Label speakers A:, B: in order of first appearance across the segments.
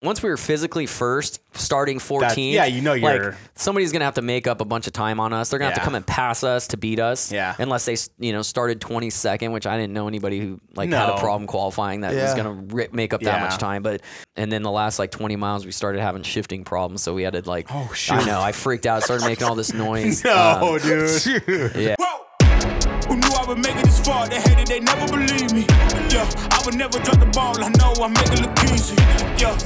A: once we were physically first, starting 14th,
B: yeah, you know
A: like
B: you're-
A: somebody's gonna have to make up a bunch of time on us. They're gonna have to
B: Yeah.
A: come and pass us to beat us.
B: Yeah.
A: Unless they, s- you know, started 22nd, which I didn't know anybody who like had a
B: No.
A: problem qualifying that was
C: Yeah.
A: gonna ri make up that
B: Yeah.
A: much time. But and then the last like 20 miles, we started having shifting problems, so we had to like. Oh
B: shoot.
A: I know. I freaked out. Started making all this noise.
B: No,
A: Um,
B: dude.
D: Whoa. Who knew I would make it this far? They hated, they never believe me. Yeah, I would never drop the ball. I know I make it look easy. Yeah,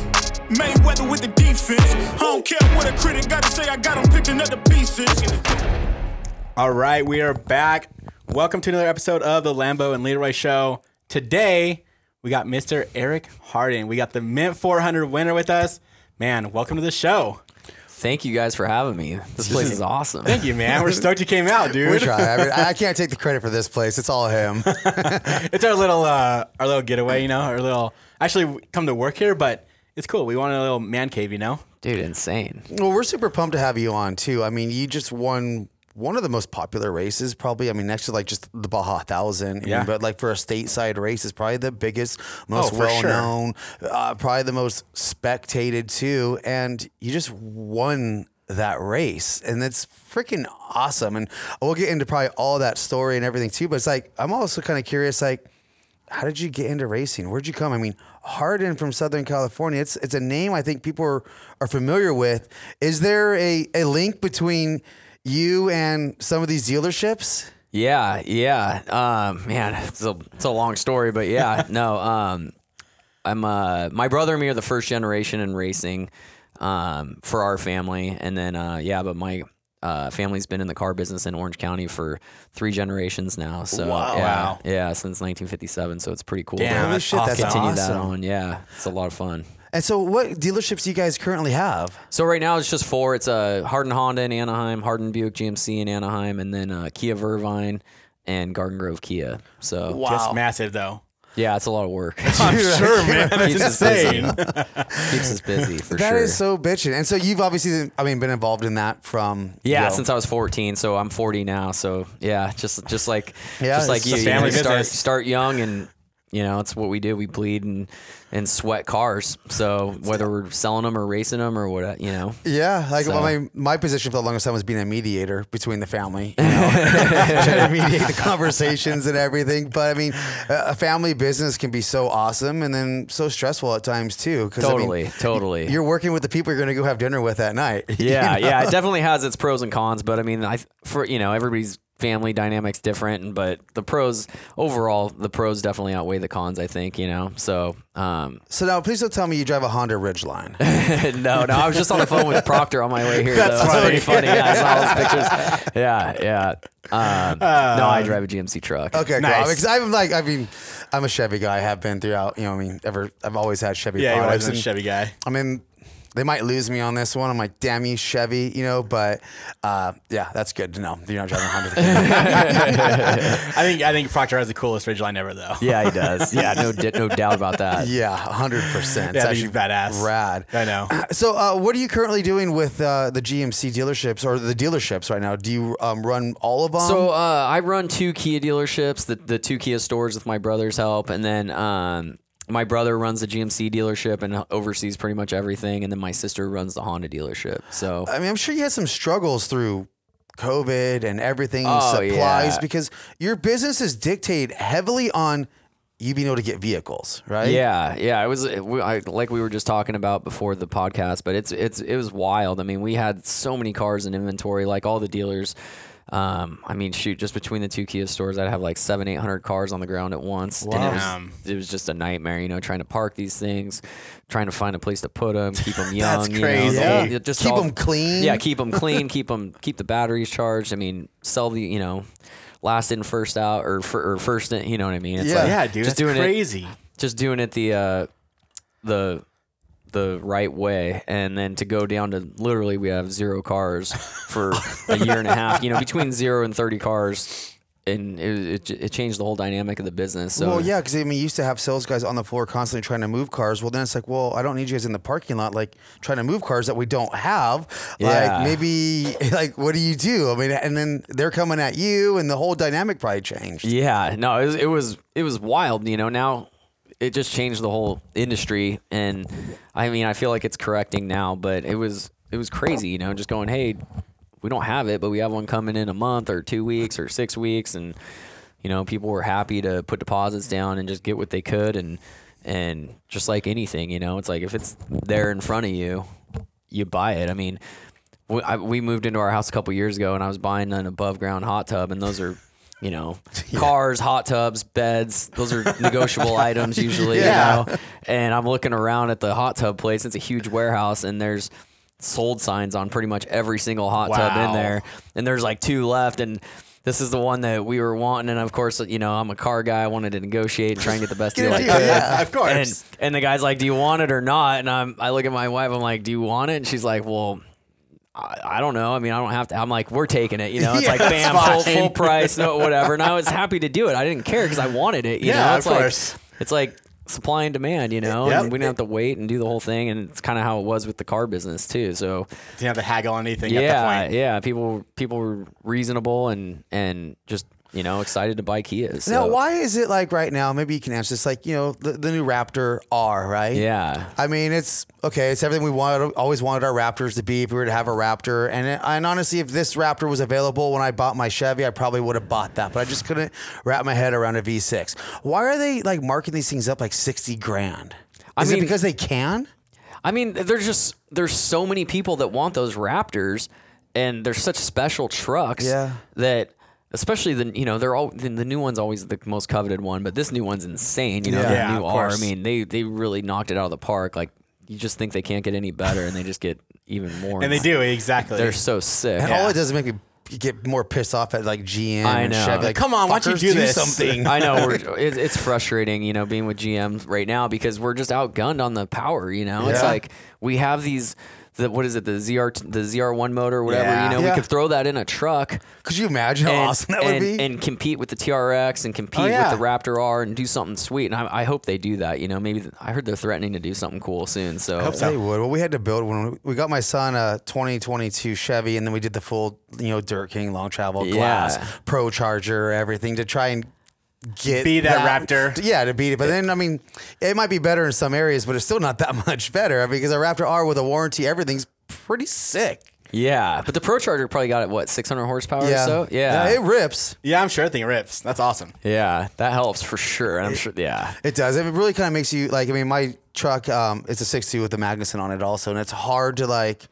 D: Mayweather with the defense. I don't care what a critic got to say. I got 'em picking up the pieces.
B: All right, we are back. Welcome to another episode of the Lambo and Leroy Show. Today, we got Mr. Eric Harding. We got the Mint 400 winner with us. Man, welcome to the show.
A: Thank you guys for having me. This place is awesome.
B: Thank you, man. We're stoked you came out, dude.
C: We try. I, mean, I can't take the credit for this place. It's all him.
B: It's our little uh, our little getaway, you know. Our little actually we come to work here, but it's cool. We want a little man cave, you know.
A: dude. Insane.
C: Well, we're super pumped to have you on too. I mean, you just won one of the most popular races, probably. I mean, next to like just the Baja Thousand. I
B: Yeah.
C: mean, but like for a stateside race, is probably the biggest,
B: Oh,
C: most
B: for
C: well
B: sure.
C: known, uh, probably the most spectated too. And you just won that race, and that's freaking awesome. And we'll get into probably all that story and everything too. But it's like I'm also kind of curious, like how did you get into racing? Where'd you come? I mean, Hardin from Southern California. It's it's a name I think people are, are familiar with. Is there a, a link between you and some of these dealerships?
A: Yeah, yeah. Um, man, it's a it's a long story, but yeah, no. Um, I'm uh, my brother and me are the first generation in racing, um, for our family, and then uh, yeah, but my uh, family's been in the car business in Orange County for three generations now. So
B: Wow.
A: yeah,
B: Wow.
A: yeah, since 1957. So it's pretty cool.
B: Damn,
A: to
B: Holy shit,
C: that's
A: continue that
C: awesome.
A: on. Yeah, it's a lot of fun.
C: And so what dealerships do you guys currently have?
A: So right now it's just four. It's a uh, Hardin Honda in Anaheim, Hardin Buick GMC in Anaheim, and then uh, Kia Vervine and Garden Grove Kia. So
B: Just massive though.
A: yeah, it's a lot of work.
B: I'm sure, man. That's
A: Keeps us busy.
B: insane.
A: Keeps us busy for
C: That is
A: sure.
C: so bitching. And so you've obviously I mean been involved in that from
A: yeah,
C: you know,
A: since I was 14, so I'm 40 now. So yeah, just just like
C: Yeah,
A: just like
C: it's
A: you,
C: a
A: you know,
B: family
A: you start
B: business.
A: start young and. You know, it's what we do. We bleed and, and sweat cars. So whether we're selling them or racing them or what, you know,
C: Yeah, like
A: So-
C: well, my my position for the longest time was being a mediator between the family, you know, trying to mediate the conversations and everything. But I mean, a a family business can be so awesome and then so stressful at times too. 'cause, I mean,
A: totally, totally.
C: you're working with the people you're going to go have dinner with at night. you
A: Yeah,
C: know?
A: yeah, it definitely has its pros and cons, but I mean, I for you know everybody's family dynamics different, and but the pros overall, the pros definitely outweigh the cons. I think you know. So um,
C: So now, please don't tell me you drive a Honda Ridgeline.
A: no, no, I was just on the phone with Proctor on my way here. That's though. pretty funny. Yeah, I saw all those pictures. Yeah, yeah. Um, no, I drive a GMC truck.
C: Okay, cool.
B: Nice.
C: Because I'm like, I mean, I'm a Chevy guy. I have been throughout. You know, I mean, ever I've always had Chevy.
B: Yeah, he
C: products
B: was a
C: and-
B: Chevy guy.
C: I mean, they might lose me on this one. I'm like, damn you, Chevy, you know. But uh, yeah, that's good to know. You're not driving a Honda.
B: I think I think Proctor has the coolest ridgeline ever though.
A: Yeah, he does. Yeah, no, di- no doubt about that.
C: yeah, hundred percent.
B: Yeah, I think he's badass.
C: Rad.
B: I know.
C: So, uh, what are you currently doing with uh, the GMC dealerships or the dealerships right now? Do you um, run all of them?
A: So uh, I run two Kia dealerships, the, the two Kia stores with my brother's help, and then um, my brother runs the GMC dealership and oversees pretty much everything, and then my sister runs the Honda dealership. So
C: I mean, I'm sure you had some struggles through COVID and everything,
A: Oh,
C: supplies,
A: yeah.
C: because your business is dictated heavily on you being able to get vehicles, right?
A: yeah, yeah, it was it- we- I, like we were just talking about before the podcast, but it's it's it was wild. I mean, we had so many cars in inventory, like all the dealers. Um, I mean, shoot, just between the two Kia stores, I'd have like seven, eight hundred cars on the ground at once, and it was
B: Damn.
A: it was just a nightmare, you know, trying to park these things, trying to find a place to put them, keep them young.
B: That's
A: you know,
B: crazy.
A: the whole-
C: Yeah.
A: just
C: Keep
A: all-
C: 'em clean.
A: Yeah, keep them clean, keep them, keep the batteries charged. I mean, sell the, you know, last in, first out, or, fir- or first in, you know what I mean? It's
C: Yeah.
A: like
B: Yeah, dude.
A: just
B: Just
A: doing it,
B: crazy.
A: just doing it the, uh, the, the right way, and then to go down to literally, we have zero cars for a year and a half. You know, between zero and thirty cars, and it, it, it changed the whole dynamic of the business. So
C: Well, yeah, because I mean, you used to have sales guys on the floor constantly trying to move cars. Well, then it's like, well, I don't need you guys in the parking lot, like trying to move cars that we don't have.
A: Yeah.
C: Like maybe, like what do you do? I mean, and then they're coming at you, and the whole dynamic probably changed.
A: Yeah, no, it was, it was it was wild. You know, now it just changed the whole industry. And I mean, I feel like it's correcting now, but it was it was crazy, you know, just going, hey, we don't have it, but we have one coming in a month or two weeks or six weeks, and you know, people were happy to put deposits down and just get what they could, and and just like anything, you know, it's like if it's there in front of you, you buy it. I mean, we, I, we moved into our house a couple years ago, and I was buying an above ground hot tub, and those are. You know, cars, hot tubs, beds, those are negotiable items usually,
C: Yeah.
A: you know. And I'm looking around at the hot tub place. It's a huge warehouse and there's sold signs on pretty much every single hot tub
B: Wow.
A: in there. And there's like two left and this is the one that we were wanting and of course, you know, I'm a car guy, I wanted to negotiate and try and get the best deal I could.
C: yeah.
B: of course.
A: And and the guy's like, "Do you want it or not?" And I'm I look at my wife. I'm like, "Do you want it?" And she's like, "Well, I, I don't know. I mean, I don't have to." I'm like, "We're taking it." You know, it's
C: Yeah,
A: like
C: it's
A: bam, full,
C: fine.
A: full price, no whatever. And I was happy to do it. I didn't care because I wanted it. You
C: Yeah,
A: know,
C: of
A: it's
C: course.
A: like it's like supply and demand. You know,
B: Yep.
A: and we didn't have to wait and do the whole thing. And it's kind of how it was with the car business too. So
B: Didn't have to haggle on anything at
A: yeah,
B: that point.
A: yeah, people people were reasonable and and just you know excited to buy Kias.
C: Now,
A: so-
C: why is it like right now? Maybe you can answer this. Like, you know, the, the new Raptor R, right?
A: Yeah.
C: I mean, it's okay. It's everything we wanted, always wanted our Raptors to be. If we were to have a Raptor, and it, and honestly, if this Raptor was available when I bought my Chevy, I probably would have bought that. But I just couldn't wrap my head around a V6. Why are they like marking these things up like sixty grand?
A: I
C: Is it
A: mean-
C: because they can?
A: I mean, there's just there's so many people that want those Raptors, and they're such special trucks.
C: Yeah.
A: That especially the you know they're all the, the new one's always the most coveted one, but this new one's insane. You know,
C: Yeah.
A: the
B: Yeah,
A: new
B: of
A: R. I
B: course.
A: mean, they they really knocked it out of the park. Like you just think they can't get any better, and they just get even more.
B: And they do, exactly.
A: They're so sick.
C: And all it does is make me get more pissed off at like GM
A: I
C: and
A: know.
C: Chevy. Like,
B: Come on, why don't you
C: fuckers,
B: do this?
C: something?
A: I know we're, it, it's frustrating, you know, being with GM right now because we're just outgunned on the power. You know, it's
C: Yeah.
A: like we have these. The, what is it? The ZR the ZR1 motor, or whatever.
B: Yeah.
A: You know,
C: Yeah.
A: we could throw that in a truck
C: Could you imagine how
A: and,
C: awesome that
A: and,
C: would be?
A: and compete with the TRX and compete
B: Oh, yeah.
A: with the Raptor R and do something sweet. And I, I hope they do that. You know, maybe th- I heard they're threatening to do something cool soon. So
C: They would. Well, we had to build when we got my son a 2022 Chevy, and then we did the full, you know, Dirt King long travel
A: Yeah.
C: glass, Pro Charger, everything to try and get
B: Be that Raptor.
C: Yeah, to beat it. But then, I mean, it might be better in some areas, but it's still not that much better because a Raptor R with a warranty, everything's pretty sick.
A: yeah, but the Pro Charger probably got it what 600 horsepower or so. Yeah,
C: it rips.
B: yeah, I'm sure that thing rips. That's awesome.
A: yeah, that helps for sure. And I'm sure. Yeah,
C: It does. It really kind of makes you like. I mean, my truck, um, it's a 60 with the Magnuson on it also, and it's hard to like.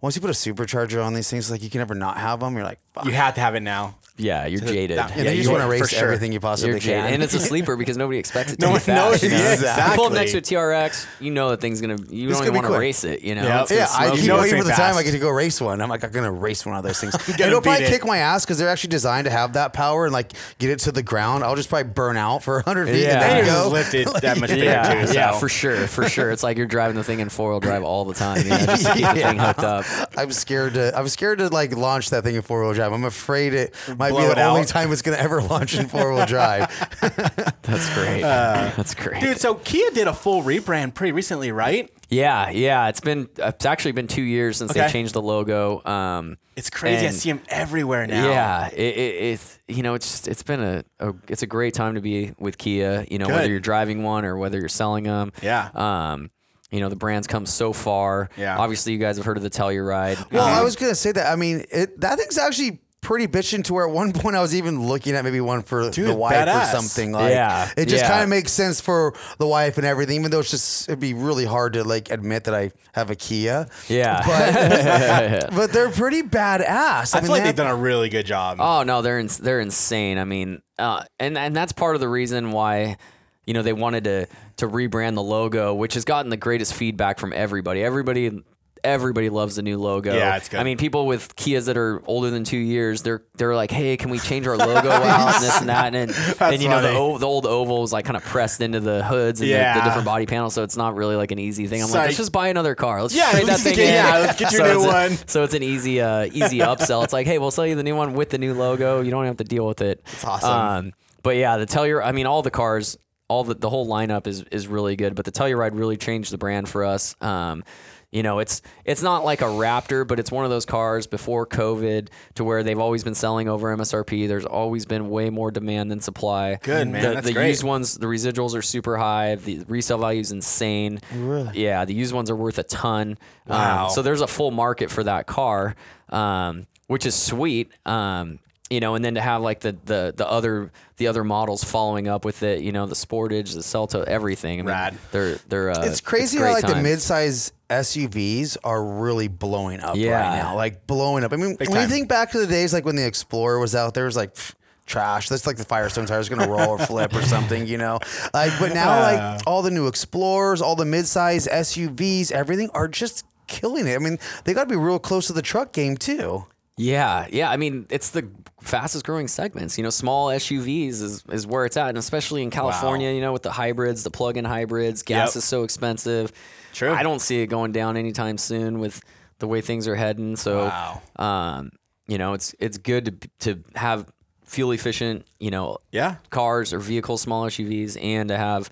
C: Once you put a supercharger on these things, like you can never not have them. You're like, fuck.
B: You have to have it now.
A: yeah, you're jaded.
B: that-
C: And
B: Yeah,
C: then you
B: you
C: just want
B: are,
C: to
B: for
C: race
B: sure.
C: everything you
A: You're
C: possibly
A: jaded.
C: can.
A: And it's a sleeper because nobody expects it to
B: No
A: be
B: one knows.
A: fast. you know?
B: Yeah,
A: You pull up
B: exactly.
A: next to a TRX, you know that thing's gonna. You don't
C: gonna be
A: even want to
C: quick.
A: race it. You know.
B: Yep.
A: It's gonna
C: yeah, I
A: smoke
C: keep
A: you.
B: know it's
C: waiting for
B: gonna
C: the
B: be
C: time I
B: fast.
C: get to go race one. I'm like, I'm gonna race one of those things. And
B: gonna
C: it'll probably
B: beat it.
C: kick my ass because they're actually designed to have that power and like get it to the ground. I'll just probably burn out for 100 feet.
A: Yeah.
C: And
B: They
C: then
B: just
C: go.
B: lifted that much bigger
A: Yeah,
B: too. So.
A: yeah, for sure, for sure. It's like you're driving the thing in four wheel drive all the time. You know, just to keep the thing hooked up.
C: I'm scared to. I'm scared to like launch that thing in four wheel drive. I'm afraid it might
B: Blow
C: be
B: it
C: the only
B: out.
C: time it's gonna ever launch in four wheel drive.
A: That's great. That's great.
B: Uh, Dude, so Kia did a full rebrand pretty recently, right?
A: yeah, yeah. It's been it's actually been two years since
B: Okay.
A: they changed the logo. Um,
B: It's crazy. I
A: and-
B: see them everywhere now.
A: Yeah, it, it, it's you know it's just, it's been a, a it's a great time to be with Kia. You know
B: Good.
A: whether you're driving one or whether you're selling them.
B: Yeah.
A: Um, you know the brand's come so far.
B: Yeah.
A: Obviously, you guys have heard of the Telluride.
C: Well,
A: Um,
C: I was gonna say that. I mean, it, that thing's actually pretty bitching. To where at one point I was even looking at maybe one for
B: Dude,
C: the wife
B: badass.
C: or something. Like,
A: Yeah,
C: it just
A: yeah.
C: kind of makes sense for the wife and everything. Even though it's just it'd be really hard to like admit that I have a Kia.
A: Yeah.
C: but but they're pretty badass.
B: I feel like
C: they
B: they've done a really good job.
A: Oh no, they're ins they're insane. I mean, uh, and and that's part of the reason why, you know, they wanted to to rebrand the logo, which has gotten the greatest feedback from everybody. Everybody. Everybody loves the new logo.
B: Yeah, it's good.
A: I mean, people with Kias that are older than two years, they're they're like, "Hey, can we change our logo out and this and that?" And and you know, the,
B: funny.
A: o- the old oval is like kind of pressed into the hoods and the- the,
B: Yeah.
A: different body panels, so it's not really like an easy thing. I'm
B: Sorry.
A: like, let's just buy another car. Let's
B: Yeah,
A: trade that
B: let's
A: thing.
B: get-
A: in.
B: yeah, let's get your new
A: it's a-
B: one.
A: so it's an easy, uh, easy upsell. It's like, hey, we'll sell you the new one with the new logo. You don't have to deal with it. It's
C: awesome.
A: Um, but yeah, the Telluride. I mean, all the cars all the the whole lineup is is really good. But the Telluride really changed the brand for us. Um, you know, it's it's not like a Raptor, but it's one of those cars before COVID to where they've always been selling over MSRP. There's always been way more demand than supply.
B: Good, man.
A: The,
B: That's
A: the
B: great.
A: used ones, the residuals are super high. The resale value is insane. Really? Yeah, the used ones are worth a ton. Um,
B: Wow.
A: so there's a full market for that car, um, which is sweet. Um, you know, and then to have like the, the the other the other models following up with it. You know, the Sportage, the Celta, everything. I mean,
B: Rad.
A: They're they're. Uh,
C: it's crazy
A: great
C: how like the
A: time.
C: midsize SUVs are really blowing up
A: Yeah.
C: right now. Like blowing up. I mean, when
B: time.
C: you think back to the days like when the Explorer was out there, it was like pff, trash. That's like the Firestone tire is gonna roll or flip or something, you know. Like, but now like all the new Explorers, all the midsize SUVs, everything are just killing it. I mean, they got to be real close to the truck game too.
A: Yeah, yeah. I mean, it's the fastest growing segments. You know, small SUVs is, is where it's at, and especially in California, you know, with the hybrids, the plug-in hybrids, gas
B: Yep.
A: is so expensive.
B: True.
A: I don't see it going down anytime soon with the way things are heading. So,
B: Wow.
A: um, you know, it's it's good to to have fuel efficient, you know,
B: Yeah.
A: cars or vehicles, small SUVs, and to have,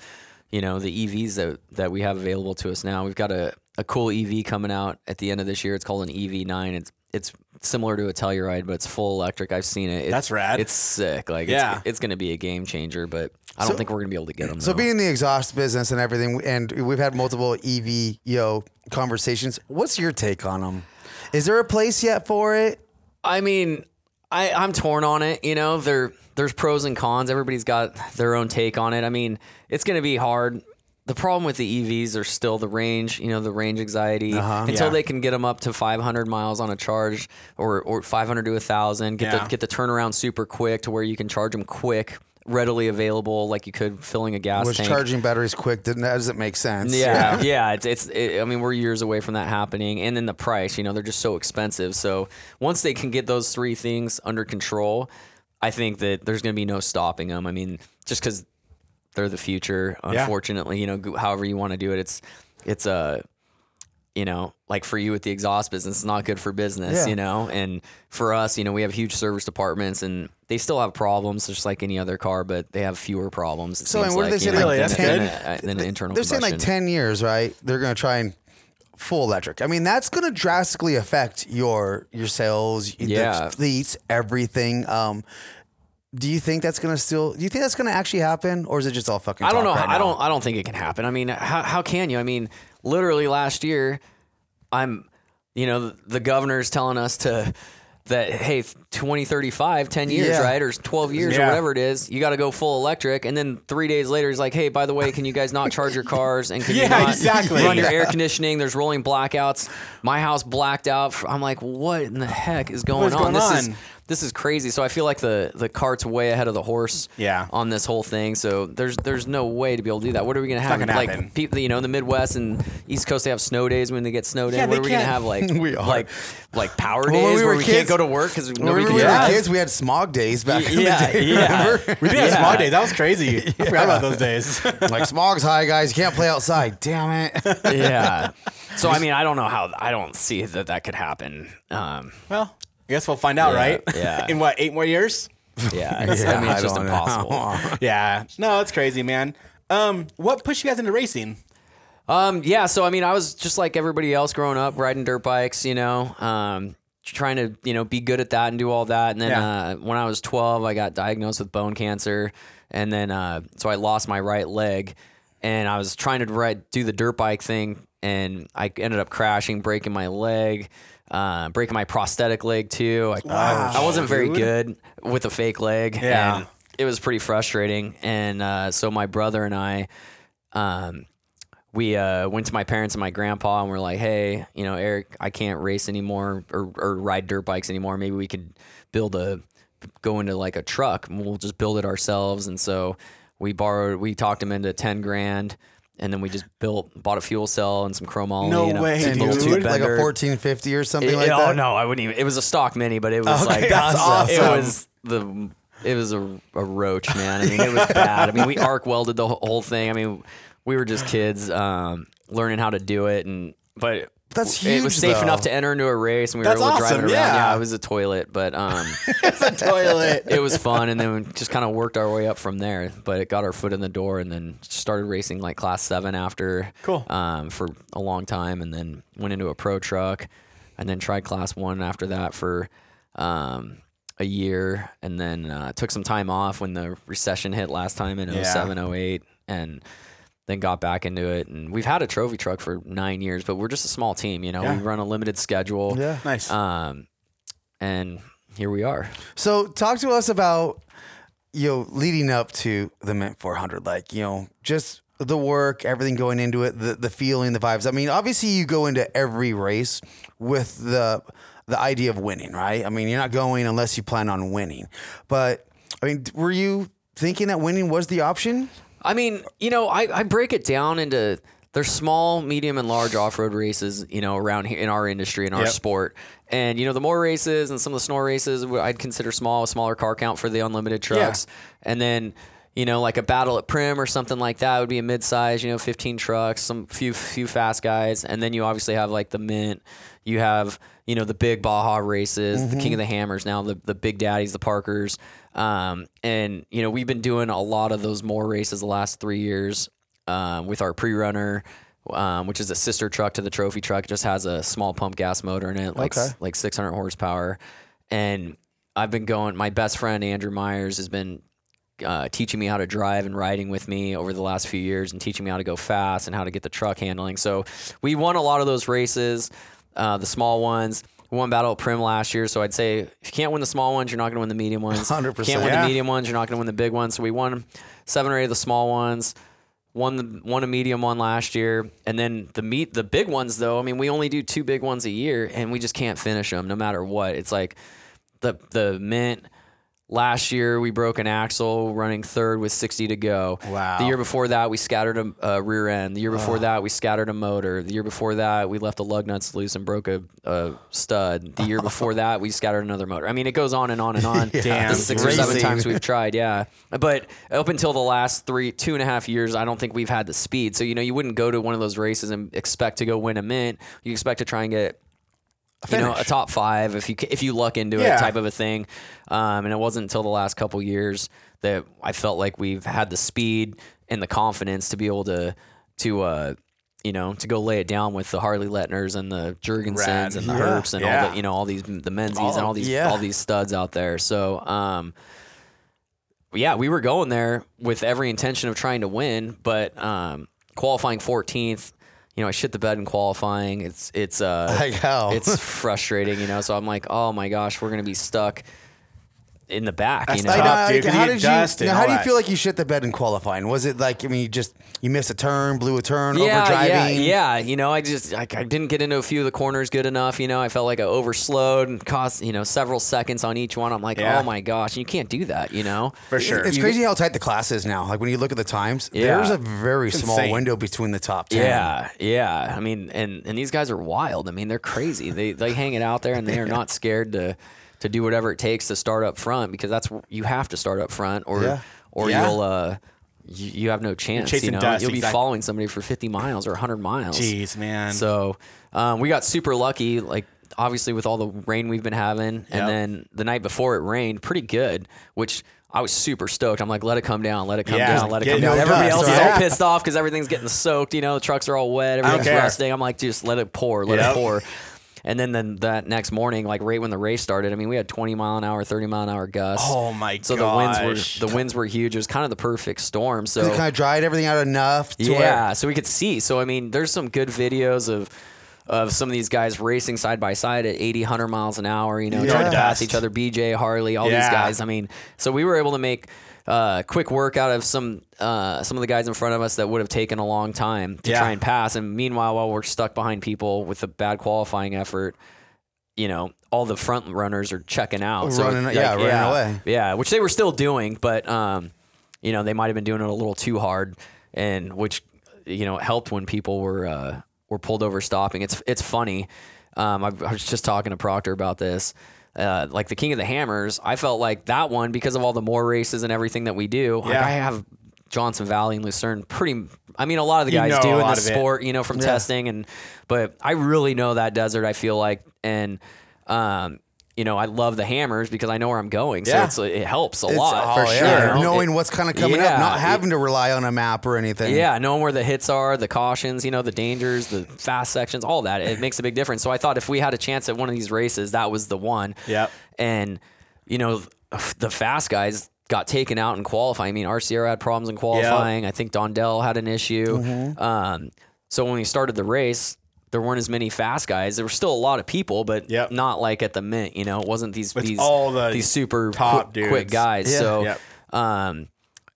A: you know, the EVs that, that we have available to us now. We've got a, a cool EV coming out at the end of this year. It's called an EV9. It's it's similar to a Telluride, but it's full electric. I've seen it. It's,
B: That's rad.
A: It's sick. Like,
B: Yeah.
A: it's, it's going to be a game changer, but I don't think we're going to be able to get them.
C: So being in the exhaust business and everything, and we've had multiple EV yo conversations. What's your take on them? Is there a place yet for it?
A: I mean, I, I'm torn on it. You know, there there's pros and cons. Everybody's got their own take on it. I mean, it's going to be hard. The problem with the EVs are still the range. You know, the range anxiety until
B: Yeah.
A: they can get them up to 500 miles on a charge or or 500 to 1,000. Get
B: Yeah.
A: the get the turnaround super quick to where you can charge them quick, readily available, like you could filling a gas
C: was
A: tank.
C: charging batteries quick didn't that doesn't make sense
A: Yeah, yeah. It's it's. It, I mean, we're years away from that happening, and then the price. You know, they're just so expensive. So once they can get those three things under control, I think that there's going to be no stopping them. I mean, just because they're the future. Unfortunately, you know, go- however you want to do it, it's it's Uh, you know, like for you with the exhaust business, it's not good for business,
C: Yeah.
A: you know? And for us, you know, we have huge service departments and they still have problems just like any other car, but they have fewer problems. it
C: So, and
A: seems
C: what do
A: like,
C: they
A: you
C: say,
A: know,
B: like,
A: than-
B: that's
A: than
B: good?
A: a- than an internal
C: they're saying like
A: combustion.
C: 10 years right they're going to try and full electric i mean that's going to drastically affect your your sales the
A: Yeah.
C: fleets everything um do you think that's going to still do you think that's going to actually happen or is it just all fucking
A: I don't know.
C: talk right
A: I
C: now?
A: don't. I don't think it can happen. I mean, how, how can you? I mean, literally last year, I'm, you know, the, the governor's telling us to that hey, 2035, 10 years,
C: Yeah.
A: right, or 12 years,
B: Yeah.
A: or whatever it is, you got to go full electric. And then three days later, he's like, hey, by the way, can you guys not charge your cars and can
B: Yeah,
A: you not
B: exactly.
A: run your
B: Yeah.
A: air conditioning? There's rolling blackouts. My house blacked out. For, I'm like, what in the heck is going
B: What is
A: on?
B: going
A: this
B: on?
A: is this is crazy. So I feel like the the cart's way ahead of the horse
B: Yeah.
A: on this whole thing. So there's there's no way to be able to do that. What are we gonna have?
B: not gonna
A: like
B: happen.
A: people, you know, in the Midwest and East Coast, they have snow days when they get snowed
B: Yeah,
A: in. What
B: they
A: are we gonna
B: can't-
A: have? Like
C: We are.
A: like like power
C: when
A: days
C: we
A: where
C: were
A: we can't
C: kids-
A: go to work because
C: when we
A: nobody
C: were
A: can
B: drive.
C: kids we had smog days back in the
A: Yeah,
C: day
A: yeah.
C: remember?
B: We did have
A: Yeah.
B: smog days. That was crazy. I forgot about those days.
C: like smog's high guys you can't play outside damn it
A: yeah. So I mean, I don't know how. I don't see that that could happen. Um,
B: well, I guess we'll find out,
A: Yeah,
B: right?
A: yeah.
B: In what eight more years?
A: yeah, it's- I
C: Yeah,
A: mean, it's just
C: don't know.
A: impossible.
B: Yeah. No, it's crazy, man. Um, what pushed you guys into racing?
A: Um, yeah, so I mean, I was just like everybody else growing up, riding dirt bikes, you know, um, trying to you know be good at that and do all that. And then
B: Yeah.
A: uh, when I was twelve, I got diagnosed with bone cancer, and then uh, so I lost my right leg, and I was trying to ride, do the dirt bike thing, and I ended up crashing, breaking my leg. Uh, breaking my prosthetic leg too. I, I wasn't very good with a fake leg.
B: Yeah.
A: And it was pretty frustrating. And uh, so my brother and I, um, we uh, went to my parents and my grandpa and we're like, hey, you know, Eric, I can't race anymore or, or ride dirt bikes anymore. Maybe we could build a, go into like a truck and we'll just build it ourselves. And so we borrowed, we talked him into 10 grand and then we just built, bought a fuel cell and some chromoly.
B: No
A: and a
B: way,
A: little
B: dude.
A: tube
B: Like a
C: like a
A: bender.
C: 1450 or something
A: It-
C: like
A: oh
C: that
A: no, I wouldn't even. It was a stock mini, but it was
C: Okay,
A: like
C: that's
A: It
C: awesome.
A: was the. It was a, a roach, man. I mean, it was bad. I mean, we arc welded the whole thing. I mean, we were just kids um, learning how to do it, and but
C: That's
A: it
C: huge,
A: was safe
C: though.
A: enough to enter into a race, and we
B: That's
A: were able to
B: awesome,
A: drive it around.
B: yeah.
A: Yeah. it was a toilet, but um,
B: toilet.
A: it was fun, and then we just kind of worked our way up from there. But it got our foot in the door, and then started racing like class seven after.
B: Cool.
A: Um, for a long time, and then went into a pro truck, and then tried class one after that for um, a year, and then uh, took some time off when the recession hit last time in
B: Yeah.
A: 07, 08, and. Then got back into it, and we've had a trophy truck for nine years, but we're just a small team, you know.
B: Yeah.
A: We run a limited schedule,
C: Yeah.
B: Nice.
A: um, and here we are.
C: So talk to us about you know leading up to the Mint 400, like you know just the work, everything going into it, the the feeling, the vibes. I mean, obviously you go into every race with the the idea of winning, right? I mean, you're not going unless you plan on winning. But I mean, were you thinking that winning was the option?
A: I mean, you know, I, I break it down into there's small, medium, and large off road races, you know, around here in our industry, in our
B: Yep.
A: sport. And, you know, the more races and some of the snore races, wh- I'd consider small, smaller car count for the unlimited trucks. And then, you know, like a battle at Prim or something like that would be a mid size, you know, 15 trucks, some few, few fast guys. And then you obviously have like the Mint, you have, you know, the big Baja races, the King of the Hammers now, the, the Big Daddies, the Parkers. Um, and, you know, we've been doing a lot of those more races the last three years um, with our pre runner, um, which is a sister truck to the trophy truck. It just has a small pump gas motor in it, like
C: Okay.
A: like 600 horsepower. And I've been going. My best friend Andrew Myers has been uh, teaching me how to drive and riding with me over the last few years, and teaching me how to go fast and how to get the truck handling. So we won a lot of those races, uh, the small ones. We won Battle at Prim last year, so I'd say if you can't win the small ones, you're not going to win the medium ones.
C: 100%.
A: Can't win
B: Yeah.
A: the medium ones, you're not going to win the big ones. So we won seven or eight of the small ones won the won a medium one last year, and then the meet the big ones though. I mean, we only do two big ones a year, and we just can't finish them no matter what. It's like the the mint last year we broke an axle running third with 60 to go.
B: Wow.
A: The year before that we scattered a, a rear end. The year before that we scattered a motor. The year before that we left the lug nuts loose and broke a, a stud. The year before that we scattered another motor. I mean, it goes on and on and on.
B: Damn,
A: The six or seven
C: racing.
A: times we've tried, yeah. But up until the last three, two and a half years, I don't think we've had the speed. So you know, you wouldn't go to one of those races and expect to go win a mint. You expect to try and get. You know, a
C: finish.
A: top five if you ca- if you luck into
B: Yeah.
A: it type of a thing, um, and it wasn't until the last couple years that I felt like we've had the speed and the confidence to be able to to uh, you know to go lay it down with the Harley Letners and the Jurgensens
B: Rad.
A: and the
B: Yeah.
A: Herbst and all
B: Yeah.
A: the you know all these the Menzies and all these
C: yeah.
A: all these studs out there. So um, yeah, we were going there with every intention of trying to win, but um, qualifying 14th, you know, I shit the bed in qualifying. It's it's uh,
C: Like how?
A: it's frustrating, you know. So I'm like, oh my gosh, we're gonna be stuck in the back, you know.
B: tough.
C: I know,
B: dude, 'cause you
C: how
B: get
C: did
B: dust
C: you?
B: and
C: Now, how
B: all
C: do you
B: that.
C: feel like you shit the bed in qualifying? Was it like I mean, you just you missed a turn, blew a turn, overdriving?
A: Yeah, yeah, you know, I just I, I didn't get into a few of the corners good enough. You know, I felt like I overslowed and cost you know several seconds on each one. I'm like,
B: Yeah.
A: oh my gosh, you can't do that, you know.
B: for sure.
C: It's crazy how tight the class is now. Like when you look at the times,
A: Yeah.
C: there's a very
B: It's
C: small
B: insane.
C: window between the top ten.
A: Yeah, yeah. I mean, and and these guys are wild. I mean, they're crazy. They they hang it out there, and they are not scared to to do whatever it takes to start up front because that's you have to start up front, or
C: Yeah.
A: or
B: Yeah.
A: you'll uh you, you have no chance.
B: chasing
A: you know,
B: dust,
A: you'll be
B: exact-
A: following somebody for fifty miles or hundred miles.
B: Jeez, man.
A: So um, we got super lucky, like obviously with all the rain we've been having, and
B: Yep.
A: then the night before it rained pretty good, which. I was super stoked. I'm like, let it come down, let it come
B: Yeah,
A: down, let it
B: get
A: come
B: no
A: down. Everybody
B: dust,
A: else is
B: right?
A: all pissed off because everything's getting soaked. You know, the trucks are all wet. Everything's
B: care.
A: rusting. I'm like, just let it pour, let
B: Yep.
A: it pour. And then, then that next morning, like right when the race started, I mean, we had 20 mile an hour, 30 mile an hour gusts.
B: Oh my
A: So the
B: gosh.
A: winds were the winds were huge. It was kind of the perfect storm. So
C: It kind of dried everything out enough. To
A: yeah,
C: Where,
A: so we could see. So I mean, there's some good videos of of some of these guys racing side by side at 80, 100 miles an hour. You know,
C: Yeah.
A: trying to pass
B: Dust.
A: each other. BJ Harley, all
B: Yeah.
A: these guys. I mean, so we were able to make uh, quick work out of some uh, some of the guys in front of us that would have taken a long time to
B: Yeah.
A: try and pass. And meanwhile, while we're stuck behind people with a bad qualifying effort. You know, all the front runners are checking out. So
C: Running-
A: like,
C: yeah, running
A: yeah,
C: away.
A: yeah, which they were still doing, but um, you know, they might have been doing it a little too hard, and which you know helped when people were uh, were pulled over stopping. It's it's funny. Um, I, I was just talking to Proctor about this. Uh, like the King of the Hammers, I felt like that one because of all the more races and everything that we do. Like
B: Yeah.
A: I have Johnson Valley and Lucerne. Pretty, I mean, a lot of the
B: You
A: guys
B: know a
A: do in
B: lot
A: the
B: of it.
A: sport, you know, from testing and. But I really know that desert. I feel like and. um you know, I love the hammers because I know where I'm going, so
B: Yeah.
A: it's, it helps a
C: It's-
A: lot
C: oh,
A: for
C: yeah.
A: sure. It-
C: Knowing what's kind of coming up,
A: Yeah.
C: not having to rely on a map or anything.
A: Yeah, knowing where the hits are, the cautions, you know, the dangers, the fast sections, all that. It makes a big difference. So I thought if we had a chance at one of these races, that was the one.
B: Yep.
A: And, you know, the fast guys got taken out in qualifying. I mean, RCR had problems in qualifying. I think Dondell had an issue.
B: Mm-hmm.
A: Um, so when we started the race, there weren't as many fast guys. There were still a lot of people, but
B: Yep.
A: not like at the mint. You know, it wasn't these these
B: all the
A: these super
B: top
A: quick, quick
B: dudes.
A: guys.
C: Yeah.
A: So
B: Yep.
A: um,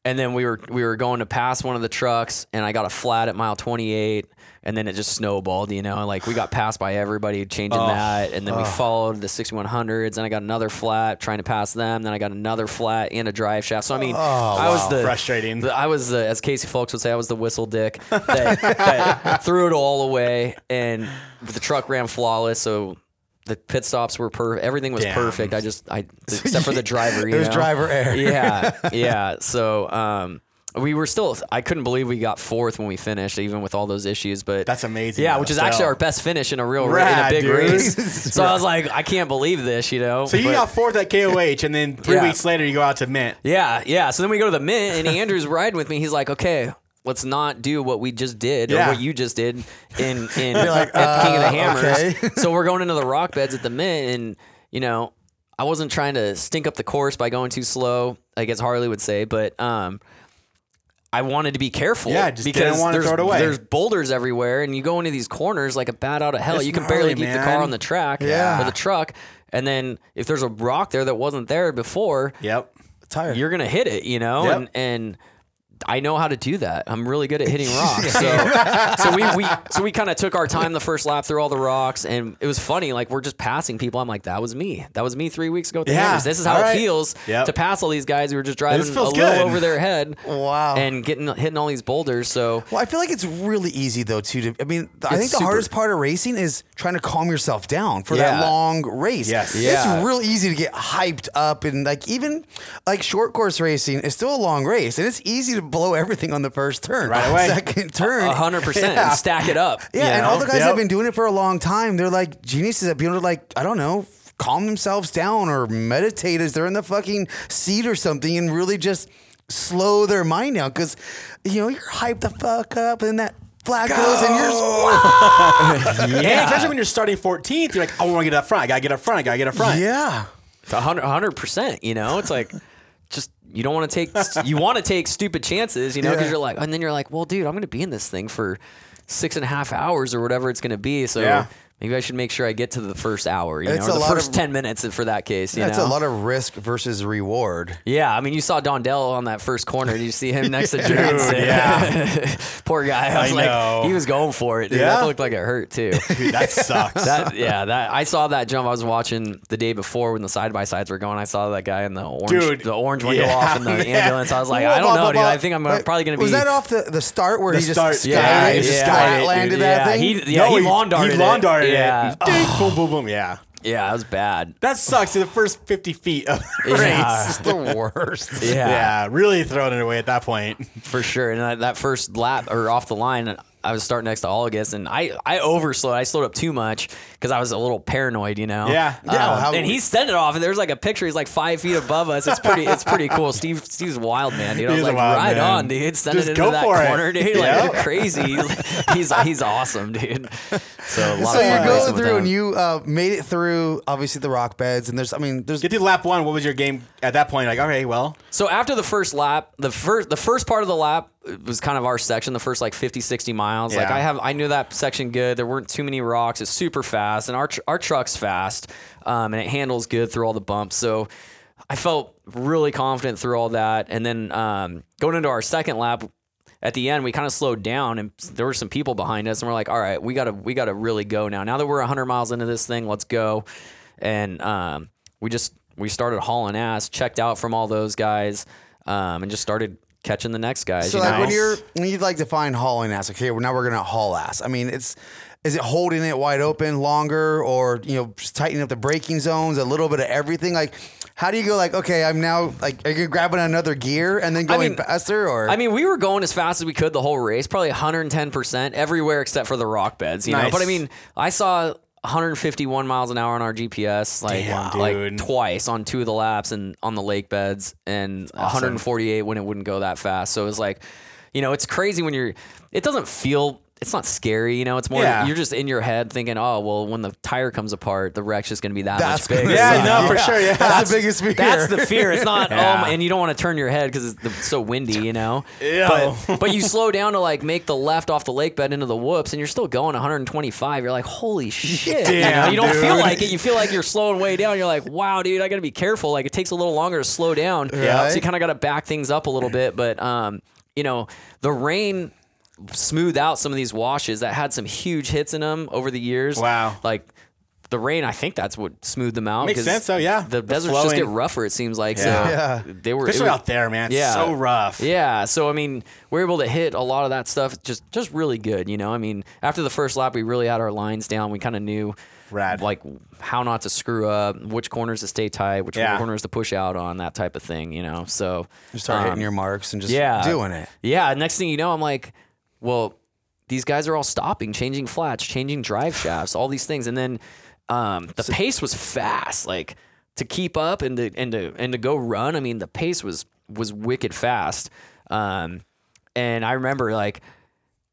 A: and then we were we were going to pass one of the trucks, and I got a flat at mile 28, and then it just snowballed. You know, like we got passed by everybody changing that, and then we followed the 6100s, and I got another flat trying to pass them. Then I got another flat and a drive shaft. So I mean, I was the
B: Frustrating.
A: the- I was the, as Casey Folks would say, I was the whistle dick that, that threw it all away, and the truck ran flawless. So. The pit stops were perfect. Everything was
B: Damn.
A: perfect. I just, I except for the driver. You
C: It was
A: know?
C: driver error.
A: yeah, yeah. So um, we were still. I couldn't believe we got fourth when we finished, even with all those issues. But
B: That's amazing,
A: Yeah,
B: though,
A: which is
B: still.
A: actually our best finish in a real in a
B: Rad,
A: big
B: dude.
A: race. so I was like, I can't believe this. You know.
B: So you
A: But-
B: got fourth at KOH, and then three
A: Yeah.
B: weeks later you go out to Mint.
A: yeah, yeah. So then we go to the mint, and Andrew's riding with me. He's like, okay. Let's not do what we just did or
B: Yeah.
A: what you just did in in
C: like,
A: at King of the
C: uh,
A: Hammers.
C: okay.
A: so we're going into the rock beds at the mint, and you know, I wasn't trying to stink up the course by going too slow, I guess Harley would say, but um, I wanted to be careful.
B: Yeah, just
A: because
B: didn't wanna
A: there's,
B: throw it away.
A: There's boulders everywhere, and you go into these corners like a bat out of hell.
B: It's
A: you can
B: gnarly,
A: barely keep the
B: man.
A: car on the track
C: Yeah.
A: or the truck. And then if there's a rock there that wasn't there before,
B: Yep.
C: Tired.
A: you're gonna hit it, you know,
B: Yep.
A: and and I know how to do that. I'm really good at hitting rocks. So, so we, we so we kind of took our time the first lap through all the rocks, and it was funny. Like we're just passing people. I'm like, that was me. That was me three weeks ago. At the
B: Yeah.
A: Hammers. This is how
B: All right.
A: it feels
B: Yep.
A: to pass all these guys who were just driving a
B: feels
A: little
B: good.
A: over their head.
C: Wow.
A: And getting hitting all these boulders. So
C: Well, I feel like it's really easy though too. To, I mean, th- I
A: It's
C: think the
A: super-
C: hardest part of racing is trying to calm yourself down for that
A: Yeah.
C: long race.
B: Yes.
A: Yeah.
C: it's real easy to get hyped up and like even like short course racing is still a long race and it's easy to blow everything on the first turn,
B: Right away.
C: second turn,
A: hundred percent
C: Yeah.
A: and stack it up.
C: Yeah,
A: you
C: and all
A: know?
C: the guys that
B: Yep.
C: have been doing it for a long time, they're like geniuses at being able to like, I don't know, f- calm themselves down or meditate as they're in the fucking seat or something and really just slow their mind down. Cause you know, you're hyped the fuck up and that flag goes and you're just,
B: And especially when you're starting 14th, you're like, I want to get up front. I gotta get up front. I gotta get up front.
C: Yeah.
A: It's a hundred, a hundred percent. You know, it's like just you don't want to take you want to take stupid chances. You know, because
C: Yeah.
A: you're like, and then you're like, well, dude, I'm going to be in this thing for six and a half hours or whatever it's going to be. So
B: Yeah.
A: maybe I should make sure I get to the first hour. You
C: It's
A: know,
C: a
A: or the
C: lot
A: first
C: of-
A: ten minutes for that case. You
C: That's
A: know?
C: a lot of risk versus reward.
A: Yeah, I mean, you saw Dondell on that first corner. Did you see him next to Johnson?
B: yeah.
A: poor guy. I was
B: I
A: like,
B: know.
A: he was going for it. Dude.
B: Yeah.
A: That looked like it hurt too.
B: Dude, that sucks.
A: That yeah, that I saw that jump. I was watching the day before when the side by sides were going. I saw that guy in the orange,
B: Dude,
A: the orange one go
B: yeah,
A: off in the
B: man.
A: ambulance. I was like,
C: Whoa,
A: I
C: blah,
A: don't know,
C: blah,
A: dude.
C: blah.
A: I think I'm
C: Wait,
A: probably gonna be.
C: Was that off the, the start where
B: The
C: he just
B: start,
C: start,
B: yeah,
C: yeah,
B: he just
C: flat
B: skyrocketed,
C: landed
A: dude.
C: that
A: yeah,
C: thing?
A: He, yeah,
B: no,
A: he lawn darted
B: He
A: it.
B: lawn darted it.
A: Yeah,
B: Ding, boom, boom, boom. Yeah.
A: yeah, that was bad.
B: That sucks. To the first 50 feet of the
A: Yeah.
B: race.
C: It's the worst.
A: Yeah,
B: Yeah, really throwing it away at that point.
A: for sure. And I, that first lap or off the line, I was starting next to August, and I I overslowed. I slowed up too much because I was a little paranoid, you know.
B: Yeah. Yeah,
A: Um,
B: how-
A: and he sent it off, and there's like a picture. He's like five feet above us. It's pretty. it's pretty cool. Steve Steve's a wild man, dude. I was
B: He's a
A: like,
B: wild
A: right
B: man.
A: on, dude. Send
B: Just
A: it into
B: go
A: that
B: for it.
A: corner, dude.
B: Yeah.
A: Like you're crazy. He's he's awesome, dude. So a lot
C: So
A: of
C: you're
A: fun racing
C: going
A: with
C: through
A: him.
C: and you uh, made it through obviously the rock beds and there's I mean there's
B: Get to lap one. What was your game at that point? Like, okay, well,
A: So after the first lap, the first the first part of the lap was kind of our section, the first like 50 60 miles. Like
B: Yeah.
A: I have I knew that section good. There weren't too many rocks. It's super fast and our tr- our truck's fast. Um, and it handles good through all the bumps. So I felt really confident through all that and then um, going into our second lap at the end we kind of slowed down and there were some people behind us and we're like all right we gotta we gotta really go now now that we're 100 miles into this thing let's go and um, we just we started hauling ass checked out from all those guys um, and just started catching the next guys
C: So
A: you
C: like
A: know?
C: when
B: Nice.
C: you're when you like define hauling ass, okay, well now we're gonna haul ass. I mean it's Is it holding it wide open longer, or you know, just tightening up the braking zones, a little bit of everything? Like, how do you go? Like, okay, I'm now like, are you grabbing another gear and then going
A: mean-
C: faster, or
A: I mean, we were going as fast as we could the whole race, probably 110% everywhere except for the rock beds, you know.
B: Nice.
A: But I mean, I saw 151 miles an hour on our GPS, like
B: Damn,
A: like
B: dude.
A: twice on two of the laps and on the lake beds, and 148 when it wouldn't go that fast. So it was like, you know, it's crazy when you're. It doesn't feel. It's not scary, you know. It's more
B: Yeah.
A: you're just in your head thinking, oh well, when the tire comes apart, the wreck's just gonna be that
C: that's
A: much bigger.
C: gonna
B: Yeah,
C: suck.
B: no, for sure, yeah.
C: that's, the biggest fear.
A: That's the fear. It's not,
B: Yeah.
A: oh, and you don't want to turn your head because it's the- so windy, you know. But, but you slow down to like make the left off the lake bed into the whoops, and you're still going 125. You're like, holy shit! you know?
B: Damn,
A: you, don't feel
B: dude.
A: like it. You feel like you're slowing way down. You're like, wow, dude, I got to be careful. Like it takes a little longer to slow down.
C: Yeah.
A: So you kind of got to back things up a little bit. But um, you know, the rain smooth out some of these washes that had some huge hits in them over the years.
B: Wow.
A: Like. The rain, I think that's what smoothed them out.
B: Makes
A: 'cause
B: sense, though, yeah.
A: the,
B: The
A: deserts just
B: flowing.
A: get rougher. It seems like so
B: Yeah.
A: they were it
B: Especially
A: was-
B: out there, man. It's
A: Yeah.
B: so rough.
A: yeah, so I mean, we're able to hit a lot of that stuff just just really good, you know. I mean, after the first lap, we really had our lines down. We kind of knew
B: Rad.
A: like how not to screw up, which corners to stay tight, which
B: Yeah.
A: corners to push out on, that type of thing, you know. So
C: You start
A: um,
C: hitting your marks and just
A: yeah,
C: doing it.
A: Yeah, next thing you know, I'm like, well, these guys are all stopping, changing flats, changing drive shafts, all these things, and then um, the pace was fast, like to keep up and to and to and to go run. I mean, the pace was was wicked fast, um, and I remember like.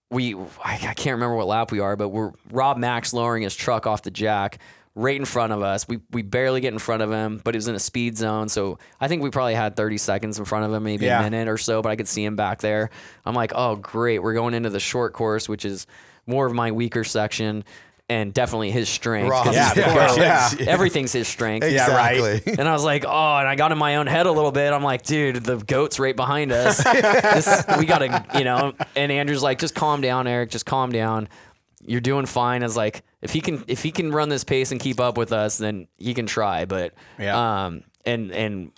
A: We, I I can't remember what lap we are, but we're Rob Max lowering his truck off the jack right in front of us. We we barely get in front of him, but it was in a speed zone, so I think we probably had 30 seconds in front of him, maybe
B: Yeah.
A: a minute minute or so, but I could see him back there. I'm like, oh, great. We're going into the short course, which is more of my weaker section and definitely his strength. 'cause
C: Rob's,
A: he's
B: Yeah,
A: the
B: of course,
A: goat.
B: yeah.
A: Everything's his strength.
B: Yeah, right.
C: Exactly.
A: And I was like, oh, and I got in my own head a little bit. I'm like, dude, the goat's right behind us. This- we got to, you know. And Andrew's like, just calm down, Eric. Just calm down. You're doing fine. I was like, if he can, if he can run this pace and keep up with us, then he can try. But
B: Yeah.
A: um, and and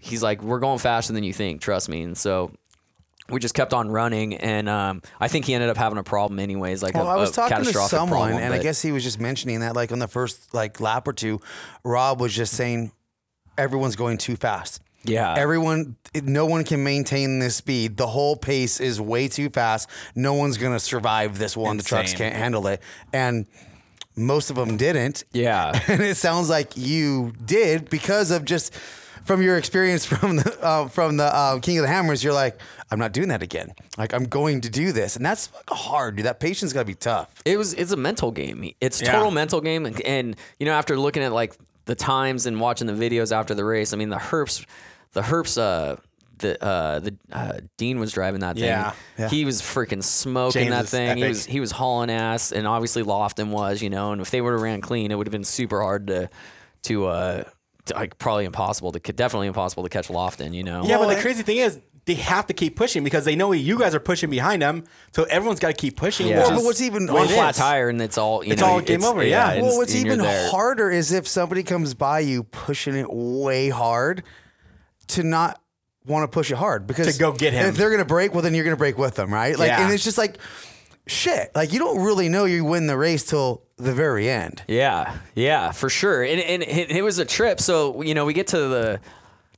A: he's like, we're going faster than you think. Trust me. And so. We just kept on running, and um, I think he ended up having a problem, anyways. Like
C: Well,
A: a,
C: I was
A: a
C: talking to
A: catastrophic
C: someone,
A: problem,
C: and I
A: but-
C: guess he was just mentioning that, like on the first like lap or two, Rob was just saying everyone's going too fast.
A: Yeah.
C: everyone, no one can maintain this speed. The whole pace is way too fast. No one's gonna survive this one. The trucks
B: Insane.
C: can't handle it, and most of them didn't.
A: yeah,
C: and it sounds like you did because of just from your experience from the uh, from the uh, King of the Hammers. You're like, I'm not doing that again. Like I'm going to do this, and that's fucking hard, dude. That patience gotta be tough.
A: it was it's a mental game. It's
B: Yeah.
A: total mental game, and, and you know after looking at like the times and watching the videos after the race, I mean the herps, the herps, uh, the uh, the uh, Dean was driving that thing.
B: Yeah.
C: Yeah.
A: he was freaking smoking
B: James
A: that
B: is
A: thing. He
B: epic.
A: was he was hauling ass, and obviously Lofton was, you know. And if they would have ran clean, it would have been super hard to to. Uh, to, like probably impossible to definitely impossible to catch Lofton, you know.
B: Yeah,
C: Well,
B: but the
C: and-
B: crazy thing is they have to keep pushing because they know you guys are pushing behind them, so everyone's got to keep pushing.
A: Yeah.
B: which
A: Well,
B: is-
C: Oh, but what's even
A: one
C: it
A: flat
C: is-
A: tire and it's all you
B: It's
A: know.
B: all game over, yeah.
A: and
B: Well,
A: it's-
C: Well, what's
A: and you're
C: even
A: there.
C: harder is if somebody comes by you pushing it way hard to not want to push it hard because
B: To go get him.
C: If they're gonna break, well then you're gonna break with them, right? Like,
B: Yeah.
C: and it's just like shit. Like you don't really know you win the race till the very end.
A: Yeah, yeah, for sure. And, and it, it was a trip. So you know, we get to the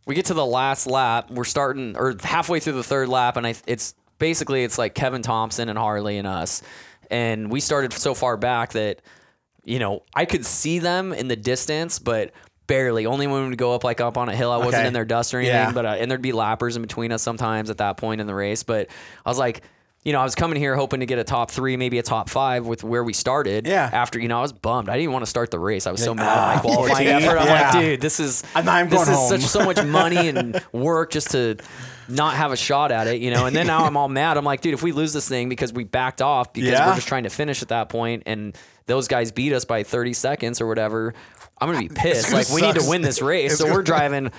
A: we get to the last lap. We're starting or halfway through the third lap, and I it's basically it's like Kevin Thompson and Harley and us, and we started so far back that you know I could see them in the distance, but. Barely. Only when we'd go up, like up on a hill. I wasn't
B: Okay.
A: in their dust or anything,
B: Yeah.
A: but uh, and there'd be lappers in between us sometimes at that point in the race. But I was like, you know, I was coming here hoping to get a top three, maybe a top five with where we started.
B: Yeah.
A: After you know, I was bummed. I didn't even want to start the race. I was so mad at my qualifying
B: 14.
A: effort. I'm
B: Yeah.
A: like, dude, this is
B: I'm not even
A: this
B: going
A: is
B: home.
A: such so much money and work just to not have a shot at it, you know. And then now I'm all mad. I'm like, dude, if we lose this thing because we backed off because
B: Yeah.
A: we're just trying to finish at that point, and those guys beat us by 30 seconds or whatever, I'm gonna be pissed.
C: gonna
A: Like we need
C: suck.
A: to win this race,
C: It's
A: so
C: gonna-
A: we're driving.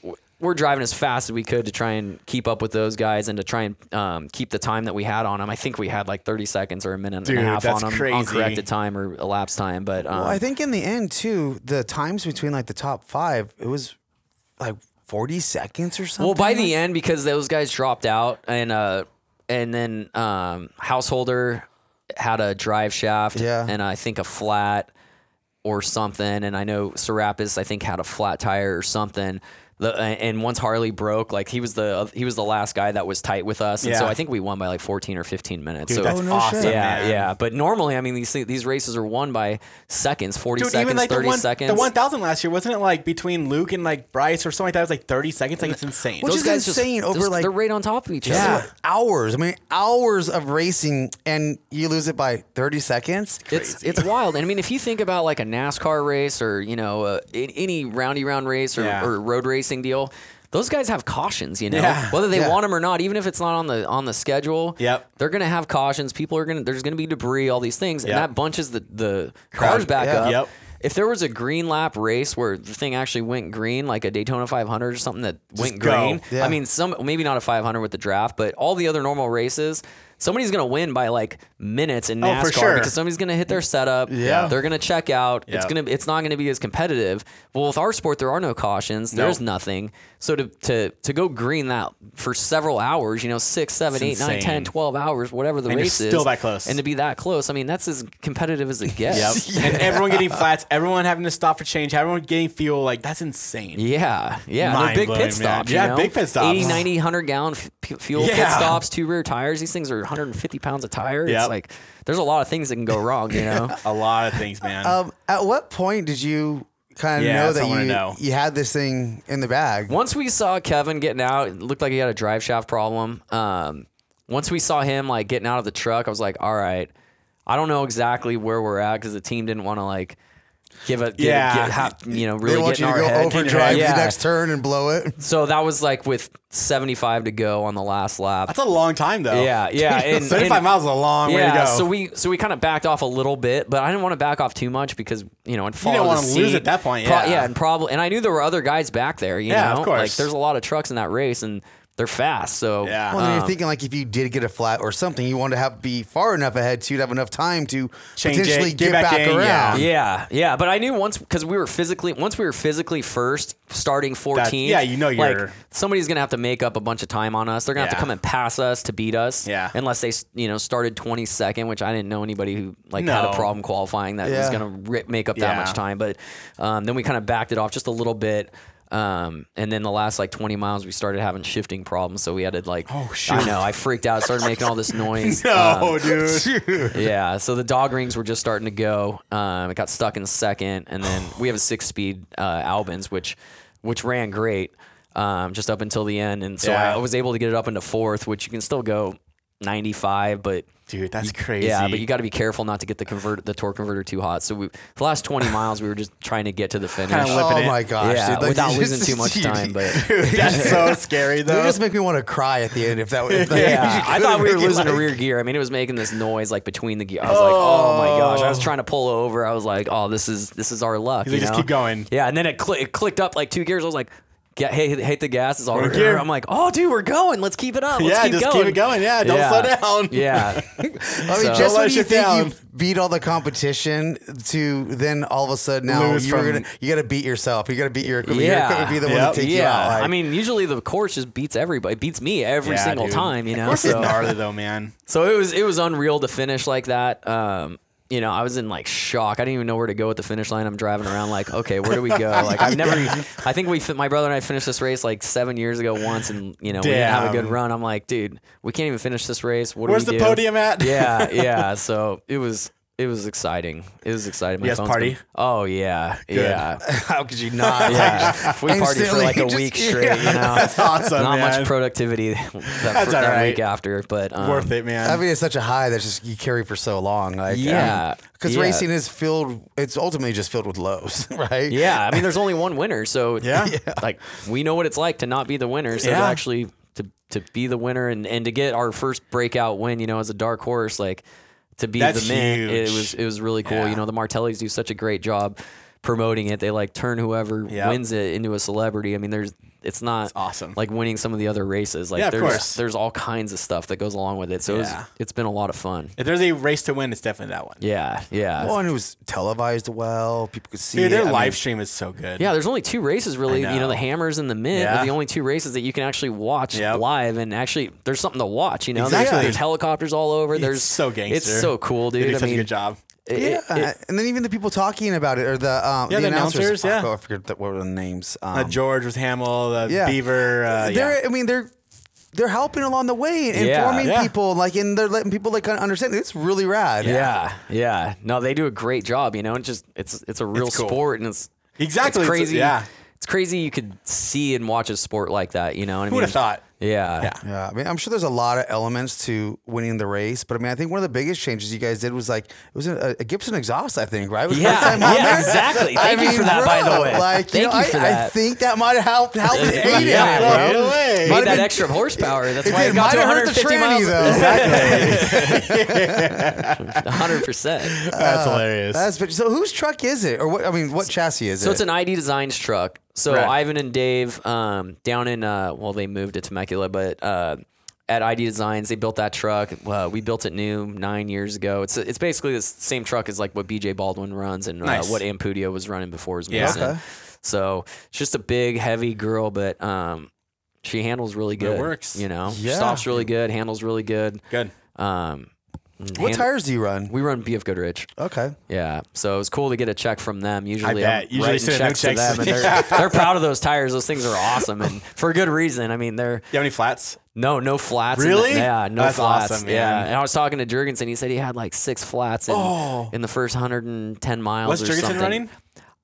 A: We're driving as fast as we could to try and keep up with those guys and to try and um, keep the time that we had on them. I think we had like 30 seconds or a minute
B: Dude,
A: and a half
B: that's
A: on them
B: crazy.
A: on corrected time or elapsed time. But um,
C: Well, I think in the end too, the times between like the top five, it was like forty seconds or something.
A: Well, by the end, because those guys dropped out, and uh, and then um, householder had a drive shaft
C: Yeah.
A: and I think a flat or something. And I know Serapis, I think, had a flat tire or something. The, uh, and once Harley broke, like he was the uh, he was the last guy that was tight with us, and so
B: Yeah.
A: I think we won by like fourteen or fifteen minutes.
B: Dude,
A: so
B: that's
C: Oh, no
B: awesome.
C: shit.
A: yeah,
B: man.
A: yeah. But normally, I mean, these thi- these races are won by seconds, forty
B: Dude,
A: seconds,
B: even like
A: thirty
B: the one,
A: seconds.
B: the 1,000 last year, wasn't it like between Luke and like Bryce or something like that? It was like 30 seconds. Like it's insane.
C: Which
A: Those
C: is
A: guys just-
C: insane over,
A: those-
C: like-
A: they're right on top of each other.
B: Yeah.
C: hours. I mean, hours of racing, and you lose it by 30 seconds.
A: It's it's wild. And I mean, if you think about like a NASCAR race or you know uh, a- any roundy round race or,
B: Yeah.
A: or road racing deal, those guys have cautions. You know,
B: Yeah.
A: whether they
C: Yeah.
A: want them or not, even if it's not on the on the schedule.
B: Yep.
A: they're gonna have cautions. People are gonna there's gonna be debris, all these things,
B: Yep.
A: and that bunches the the cars back
C: Yeah.
A: up.
B: Yep.
A: If there was a green lap race where the thing actually went green, like a Daytona 500 or something that went
B: go.
A: green,
C: Yeah.
A: I mean, some maybe not a 500 with the draft, but all the other normal races, somebody's gonna win by like minutes in
B: Oh,
A: NASCAR
B: for sure.
A: because somebody's gonna hit their setup.
C: Yeah.
A: they're gonna check out. It's
B: Yeah.
A: gonna it's not gonna be as competitive. Well, with our sport, there are no cautions. There's
B: Nope.
A: nothing. So to to to go green that for several hours, you know, six, seven,
B: It's
A: eight, nine,
B: insane.
A: 10, 12 hours, whatever the
B: And you're
A: race is,
B: still that close.
A: and to be that close, I mean, that's as competitive as it gets.
B: Yep. And everyone getting flats, everyone having to stop for change, everyone getting fuel. Like, that's insane.
A: Yeah, yeah. No, big
B: Mind-blowing,
A: pit stops.
B: man.
A: you
B: Yeah,
A: know?
B: big pit stops.
A: 80, 90, 100 gallon f- pu- fuel pit
B: Yeah.
A: stops, two rear tires. These things are 150 pounds of tire.
B: Yep.
A: It's like there's a lot of things that can go wrong, you know?
B: A lot of things, man.
C: Um, at what point did you kind of
B: Yeah,
C: know
B: that's what
C: that
B: I wanna
C: you,
B: know.
C: you had this thing in the bag?
A: Once we saw Kevin getting out, it looked like he had a drive shaft problem. Um, once we saw him like getting out of the truck, I was like, all right, I don't know exactly where we're at because the team didn't want to like give a give
B: Yeah.
A: a, get, ha- you know really
C: they want
A: get
C: you
A: in
C: to
A: our
C: go
A: head.
C: overdrive
A: Yeah.
C: the next turn and blow it.
A: So that was like with 75 to go on the last lap.
B: that's a long time, though.
A: yeah, yeah. And,
B: 35
A: and-
B: miles is a long way to go.
A: So we so we kind of backed off a little bit, but I didn't want to back off too much because you know and follow
B: didn't
A: the
B: wanna lose
A: scene.
B: at that point,
A: Pro-
B: yeah.
A: yeah, and probably and I knew there were other guys back there. You
B: Yeah,
A: know,
B: of course.
A: like there's a lot of trucks in that race and they're fast. So
B: Yeah.
C: Well, then
A: Uh-huh.
C: you're thinking like if you did get a flat or something, you want to have be far enough ahead to have enough time to
B: Change it,
C: potentially
B: get
C: get
B: back
C: back,
B: in,
C: around.
A: Yeah, yeah, but I knew once because we were physically once we were physically first, starting 14.
B: yeah, you know
A: like
B: you're-
A: somebody's gonna have to make up a bunch of time on us. They're gonna have
B: Yeah.
A: to come and pass us to beat us.
B: Yeah.
A: unless they s- you know started 22nd, which I didn't know anybody who like had
B: No.
A: a problem qualifying that was
C: Yeah.
A: gonna rip, make up that
B: Yeah.
A: much time. But um, then we kind of backed it off just a little bit. Um, and then the last like 20 miles, we started having shifting problems, so we had to like. Oh
B: shoot.
A: I know. I freaked out. Started making all this noise. Um,
B: no, dude.
A: yeah, so the dog rings were just starting to go. Um, it got stuck in second, and then we have a six-speed uh, Albans, which which ran great um, just up until the end, and so
B: Yeah.
A: I was able to get it up into fourth, which you can still go 95, but
B: Dude, that's crazy.
A: yeah, but you got to be careful not to get the convert the torque converter too hot. So we, the last 20 miles, we were just trying to get to the finish.
B: Kinda
C: Oh
B: Flipping it.
C: my gosh!
A: yeah,
C: dude, like,
A: without
C: you
A: losing
C: just-
A: too much
C: you-
A: time, but.
B: Dude, that's so scary,
C: They
B: though.
C: just make me want to cry at the end if that. If that
A: Yeah, I thought we were losing
C: a
A: a rear gear. I mean, it was making this noise like between the gear. I was like, oh my gosh! I was trying to pull over. I was like, oh, this is this is our luck.
B: He's like,
A: you
B: "Just
A: know?
B: keep going."
A: Yeah, and then it, cli it clicked up like two gears. I was like, get, hey, hate the gas. It's all
B: We're
A: we're
B: here.
A: I'm like, oh, dude, we're going. Let's keep it up. Let's
B: yeah,
A: keep
B: just
A: going.
B: keep it going. Yeah, don't slow down.
A: Yeah,
C: I mean,
A: So-
C: just
B: Let
C: when
B: it
C: you
B: sit
C: think
B: down.
C: you beat all the competition, to then all of a sudden now
B: Lose
C: you were
B: from-
C: gonna you got to beat yourself. You got to beat your equipment. Your
A: yeah.
C: equipment be the one
B: Yep.
C: to take
A: yeah.
C: you out. like-
A: I mean, usually the course just beats everybody. It beats me every
B: Yeah,
A: single
B: dude.
A: time. You know,
B: Of course it's
A: So-
B: gnarly, though, man.
A: So it was it was unreal to finish like that. Um, you know, I was in like shock. I didn't even know where to go at the finish line. I'm driving around like, okay, where do we go? Like I've never. I think we fin- my brother and I finished this race like seven years ago once, and you know we didn't have a good
B: Damn.
A: run. I'm like, dude, we can't even finish this race. What
B: Where's
A: do
B: the
A: we do?
B: podium at?
A: yeah, yeah. So it was it was exciting. It was exciting. My
B: You guys
A: phone's
B: party?
A: been- oh yeah, yeah.
C: how could you not?
A: Yeah, we partied for
C: Instantly,
A: like a
C: just-
A: week
C: yeah.
A: straight. You know, that's
B: awesome,
A: Not
B: Oh, man.
A: much productivity that, fir-
B: all
A: that
B: right.
A: week after, but um,
B: Worth it, man.
C: I mean, it's such a high that's just you carry for so long. Like,
A: Yeah,
C: because
A: yeah.
C: racing is filled. It's ultimately just filled with lows, right?
A: Yeah, I mean, there's only one winner, so
B: Yeah.
A: like we know what it's like to not be the winner. So to
B: Yeah.
A: actually to to be the winner and and to get our first breakout win, you know, as a dark horse, like to be
B: That's
A: the man, it
B: huge.
A: was it was really cool.
B: Yeah.
A: You know, the Martellis do such a great job promoting it. They like turn whoever
B: Yep.
A: wins it into a celebrity. I mean, there's it's not
B: awesome.
A: like winning some of the other races. Like
B: Yeah, of
A: there's
B: course.
A: there's all kinds of stuff that goes along with it. So
B: Yeah.
A: it's, it's been a lot of fun.
B: If there's a race to win, it's definitely that one.
A: Yeah, yeah.
C: One who's televised well, people could see.
B: Dude,
C: it.
B: their
C: I mean,
B: live stream is so good.
A: Yeah, there's only two races really.
B: I
A: You
B: know.
A: know, the hammers and the mid
B: Yeah.
A: are the only two races that you can actually watch
B: Yep.
A: live, and actually there's something to watch. You know,
B: Exactly.
A: there's, there's helicopters all over.
B: It's
A: There's
B: so gangster.
A: It's so cool,
B: They
A: dude.
B: do
A: I
B: such
A: mean,
B: a good job.
A: it-
C: yeah,
A: it- it-
C: and then even the people talking about it or the um,
B: Yeah,
C: the,
B: the announcers,
C: announcers.
B: yeah.
C: Fuck, oh, I forget the, what were the names. Um,
B: Uh, George was Hamill, the
C: yeah.
B: Beaver. Uh, yeah.
C: they're, I mean, they're they're helping along the way,
A: Yeah.
C: informing
B: Yeah.
C: people, like, and they're letting people like kind of understand. It's really rad.
A: yeah, yeah. No, they do a great job. You know, it's just it's it's a real
B: It's cool.
A: sport, and it's
B: Exactly.
A: it's
B: It's-
A: crazy.
B: yeah.
A: it's crazy. You could see and watch a sport like that. You know what I
B: Who
A: mean?
B: would have thought?
A: Yeah,
B: Yeah.
C: Yeah, I mean, I'm sure there's a lot of elements to winning the race, but I mean, I think one of the biggest changes you guys did was like it was a, a Gibson exhaust, I think, right? It was the
A: Yeah,
C: first time out
A: yeah,
C: there.
A: exactly.
C: I
A: Thank you
C: mean,
A: for that, by the
C: bruh,
A: way.
C: Like, you
A: Thank
C: know,
A: you
C: I-
A: for
C: I
A: that.
C: think that might have helped helped aid
A: Yeah,
C: it,
A: yeah,
C: bro.
B: dude. Way.
A: Made that
C: Ight've been-
A: extra horsepower. That's
C: it
A: why
C: did-
A: it got
C: might
A: to
C: have hurt the
A: 150
C: tranny
A: miles.
C: though. Exactly.
A: 100. percent
B: That's hilarious.
C: That's but- so. Whose truck is it, or what? I mean, what chassis is it?
A: So it's an ID Designs truck. So
B: Right.
A: Ivan and Dave um, down in uh, well, they moved to Temecula, but uh, at ID Designs they built that truck. Uh, we built it new nine years ago. It's it's basically the s- same truck as like what BJ Baldwin runs and
B: Nice.
A: uh, what Ampudio was running before his
B: Yeah.
A: Mason.
C: Okay.
A: So it's just a big, heavy girl, but um, she handles really good.
B: works.
A: You know,
C: Yeah.
A: stops really good, handles really good.
B: Good.
A: Um,
C: what
A: hand-
C: tires do you run?
A: We run BF Goodrich.
C: okay.
A: Yeah, so it was cool to get a check from them. Usually,
B: bet.
A: I'm
B: Usually
A: writing
B: sending them
A: checks to
B: checks.
A: them, and they're,
B: Yeah.
A: they're proud of those tires. Those things are awesome, and for good reason. I mean, they're
B: You have any flats?
A: no no flats. in
B: Really?
A: the- yeah, no
B: That's
A: flats.
B: awesome,
A: yeah,
B: man.
A: and I was talking to Jurgensen. He said he had like six flats in, in the first 110 miles.
B: Oh. What's
A: or
B: Jurgensen
A: something.
B: running?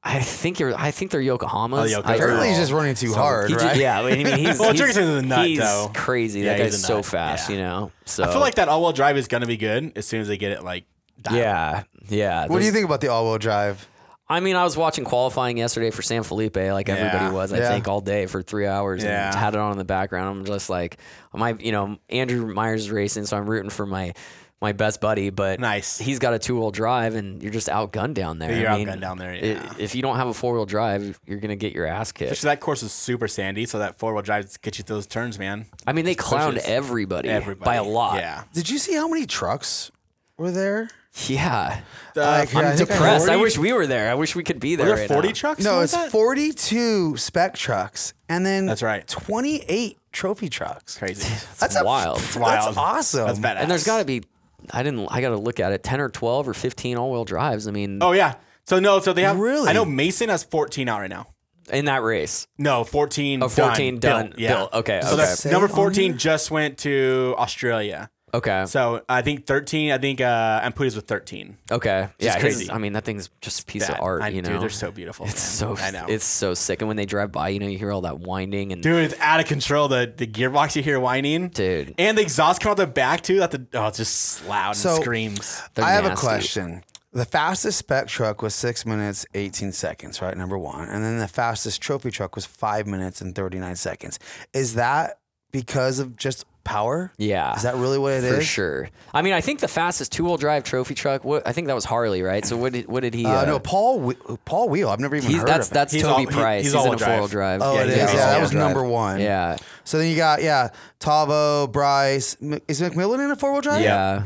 A: I think you're. I think they're Yokohamas.
B: Oh,
A: I-
B: Yokohama.
C: Apparently, he's just running too hard,
A: he ju-
C: right?
A: Yeah, I mean, he's
B: Well,
A: he's,
B: Jurgensen's a nut,
A: he's
B: though.
A: crazy.
B: Yeah,
A: that
B: he's
A: guy's
B: a
A: so
B: nut.
A: fast.
B: Yeah.
A: You know. So
B: I feel like that all-wheel drive is going to be good as soon as they get it like. dialed.
A: Yeah, yeah.
C: What do you
A: There's-
C: think about the all-wheel drive?
A: I mean, I was watching qualifying yesterday for San Felipe, like
B: Yeah.
A: everybody was, I
C: Yeah.
A: think, all day for three hours
B: Yeah.
A: and had it on in the background. I'm just like, my, you know, Andrew Myers is racing, so I'm rooting for my my best buddy, but
B: Nice.
A: he's got a two wheel drive and you're just outgunned down there.
B: You're
A: I mean,
B: outgunned down there,
A: i-
B: yeah.
A: if you don't have a four wheel drive, you're gonna get your ass kicked.
B: Actually, that course is super sandy, so that four-wheel drive gets you through those turns, man.
A: I mean, they clowned
B: pushes
A: everybody,
B: Everybody
A: by a lot.
B: Yeah.
C: Did you see how many trucks were there?
A: yeah.
C: Like,
B: Uh,
C: yeah, I think I
A: Press. I
B: 40?
A: wish we were there. I wish we could be there.
B: Were there
A: right
B: 40
A: now.
B: trucks?
C: No,
B: Something
C: it's
B: like that?
C: 42 spec trucks and then
B: That's right.
C: 28 trophy trucks.
B: Crazy.
C: That's a-
A: wild.
C: That's
B: wild.
C: awesome.
B: That's badass.
A: And there's got to be, I didn't, I got to look at it, 10 or 12 or 15 all wheel drives. I mean,
B: Oh yeah. So no. So they have.
C: Really?
B: I know Mason has 14 out right now.
A: in that race.
B: No, 14.
A: Oh, 14 done,
B: Yeah.
A: built. Okay,
B: So
A: okay.
B: that's-
C: Say
B: number
C: on
B: 14 just went to Australia.
A: Okay.
B: So I think 13. I think uh, Amputa's with 13.
A: okay. Yeah. his-
B: crazy.
A: I mean, that thing's just a piece
B: That-
A: of art,
B: I-
A: you know.
B: Dude, they're so beautiful.
A: it's so
B: I know.
A: it's so sick. And when they drive by, you know, you hear all that winding and
B: dude, it's out of control. The the gearbox you hear whining,
A: Dude.
B: and the exhaust come out the back too. That the oh, it's just loud and
C: So-
B: screams.
A: they're
C: I have a
A: nasty.
C: question. The fastest spec truck was six minutes, 18 seconds, right? Number one. And then the fastest trophy truck was five minutes and 39 seconds. Is that because of just power?
A: Yeah.
C: Is that really what it is?
A: For sure. I mean, I think the fastest two wheel drive trophy truck. What I think that was Harley, right? So what did what did he?
C: Uh,
A: uh,
C: no, Paul Whe- Paul Wheel. I've never even
A: he's
C: heard
A: that's
C: of it.
A: that's
B: He's
A: Toby
B: all- he-
A: Price.
B: he's
A: He's,
B: all-wheel
A: in a four wheel
B: drive.
A: drive.
C: Oh, it
B: he's
C: is.
B: got
C: Yeah,
B: his
C: that
B: all-wheel
C: was
A: all-wheel
C: number
A: drive.
C: one.
A: Yeah,
C: So then you got yeah, Tavo, Bryce. M- Is McMillan in a four wheel
B: Oh,
C: drive?
A: yeah.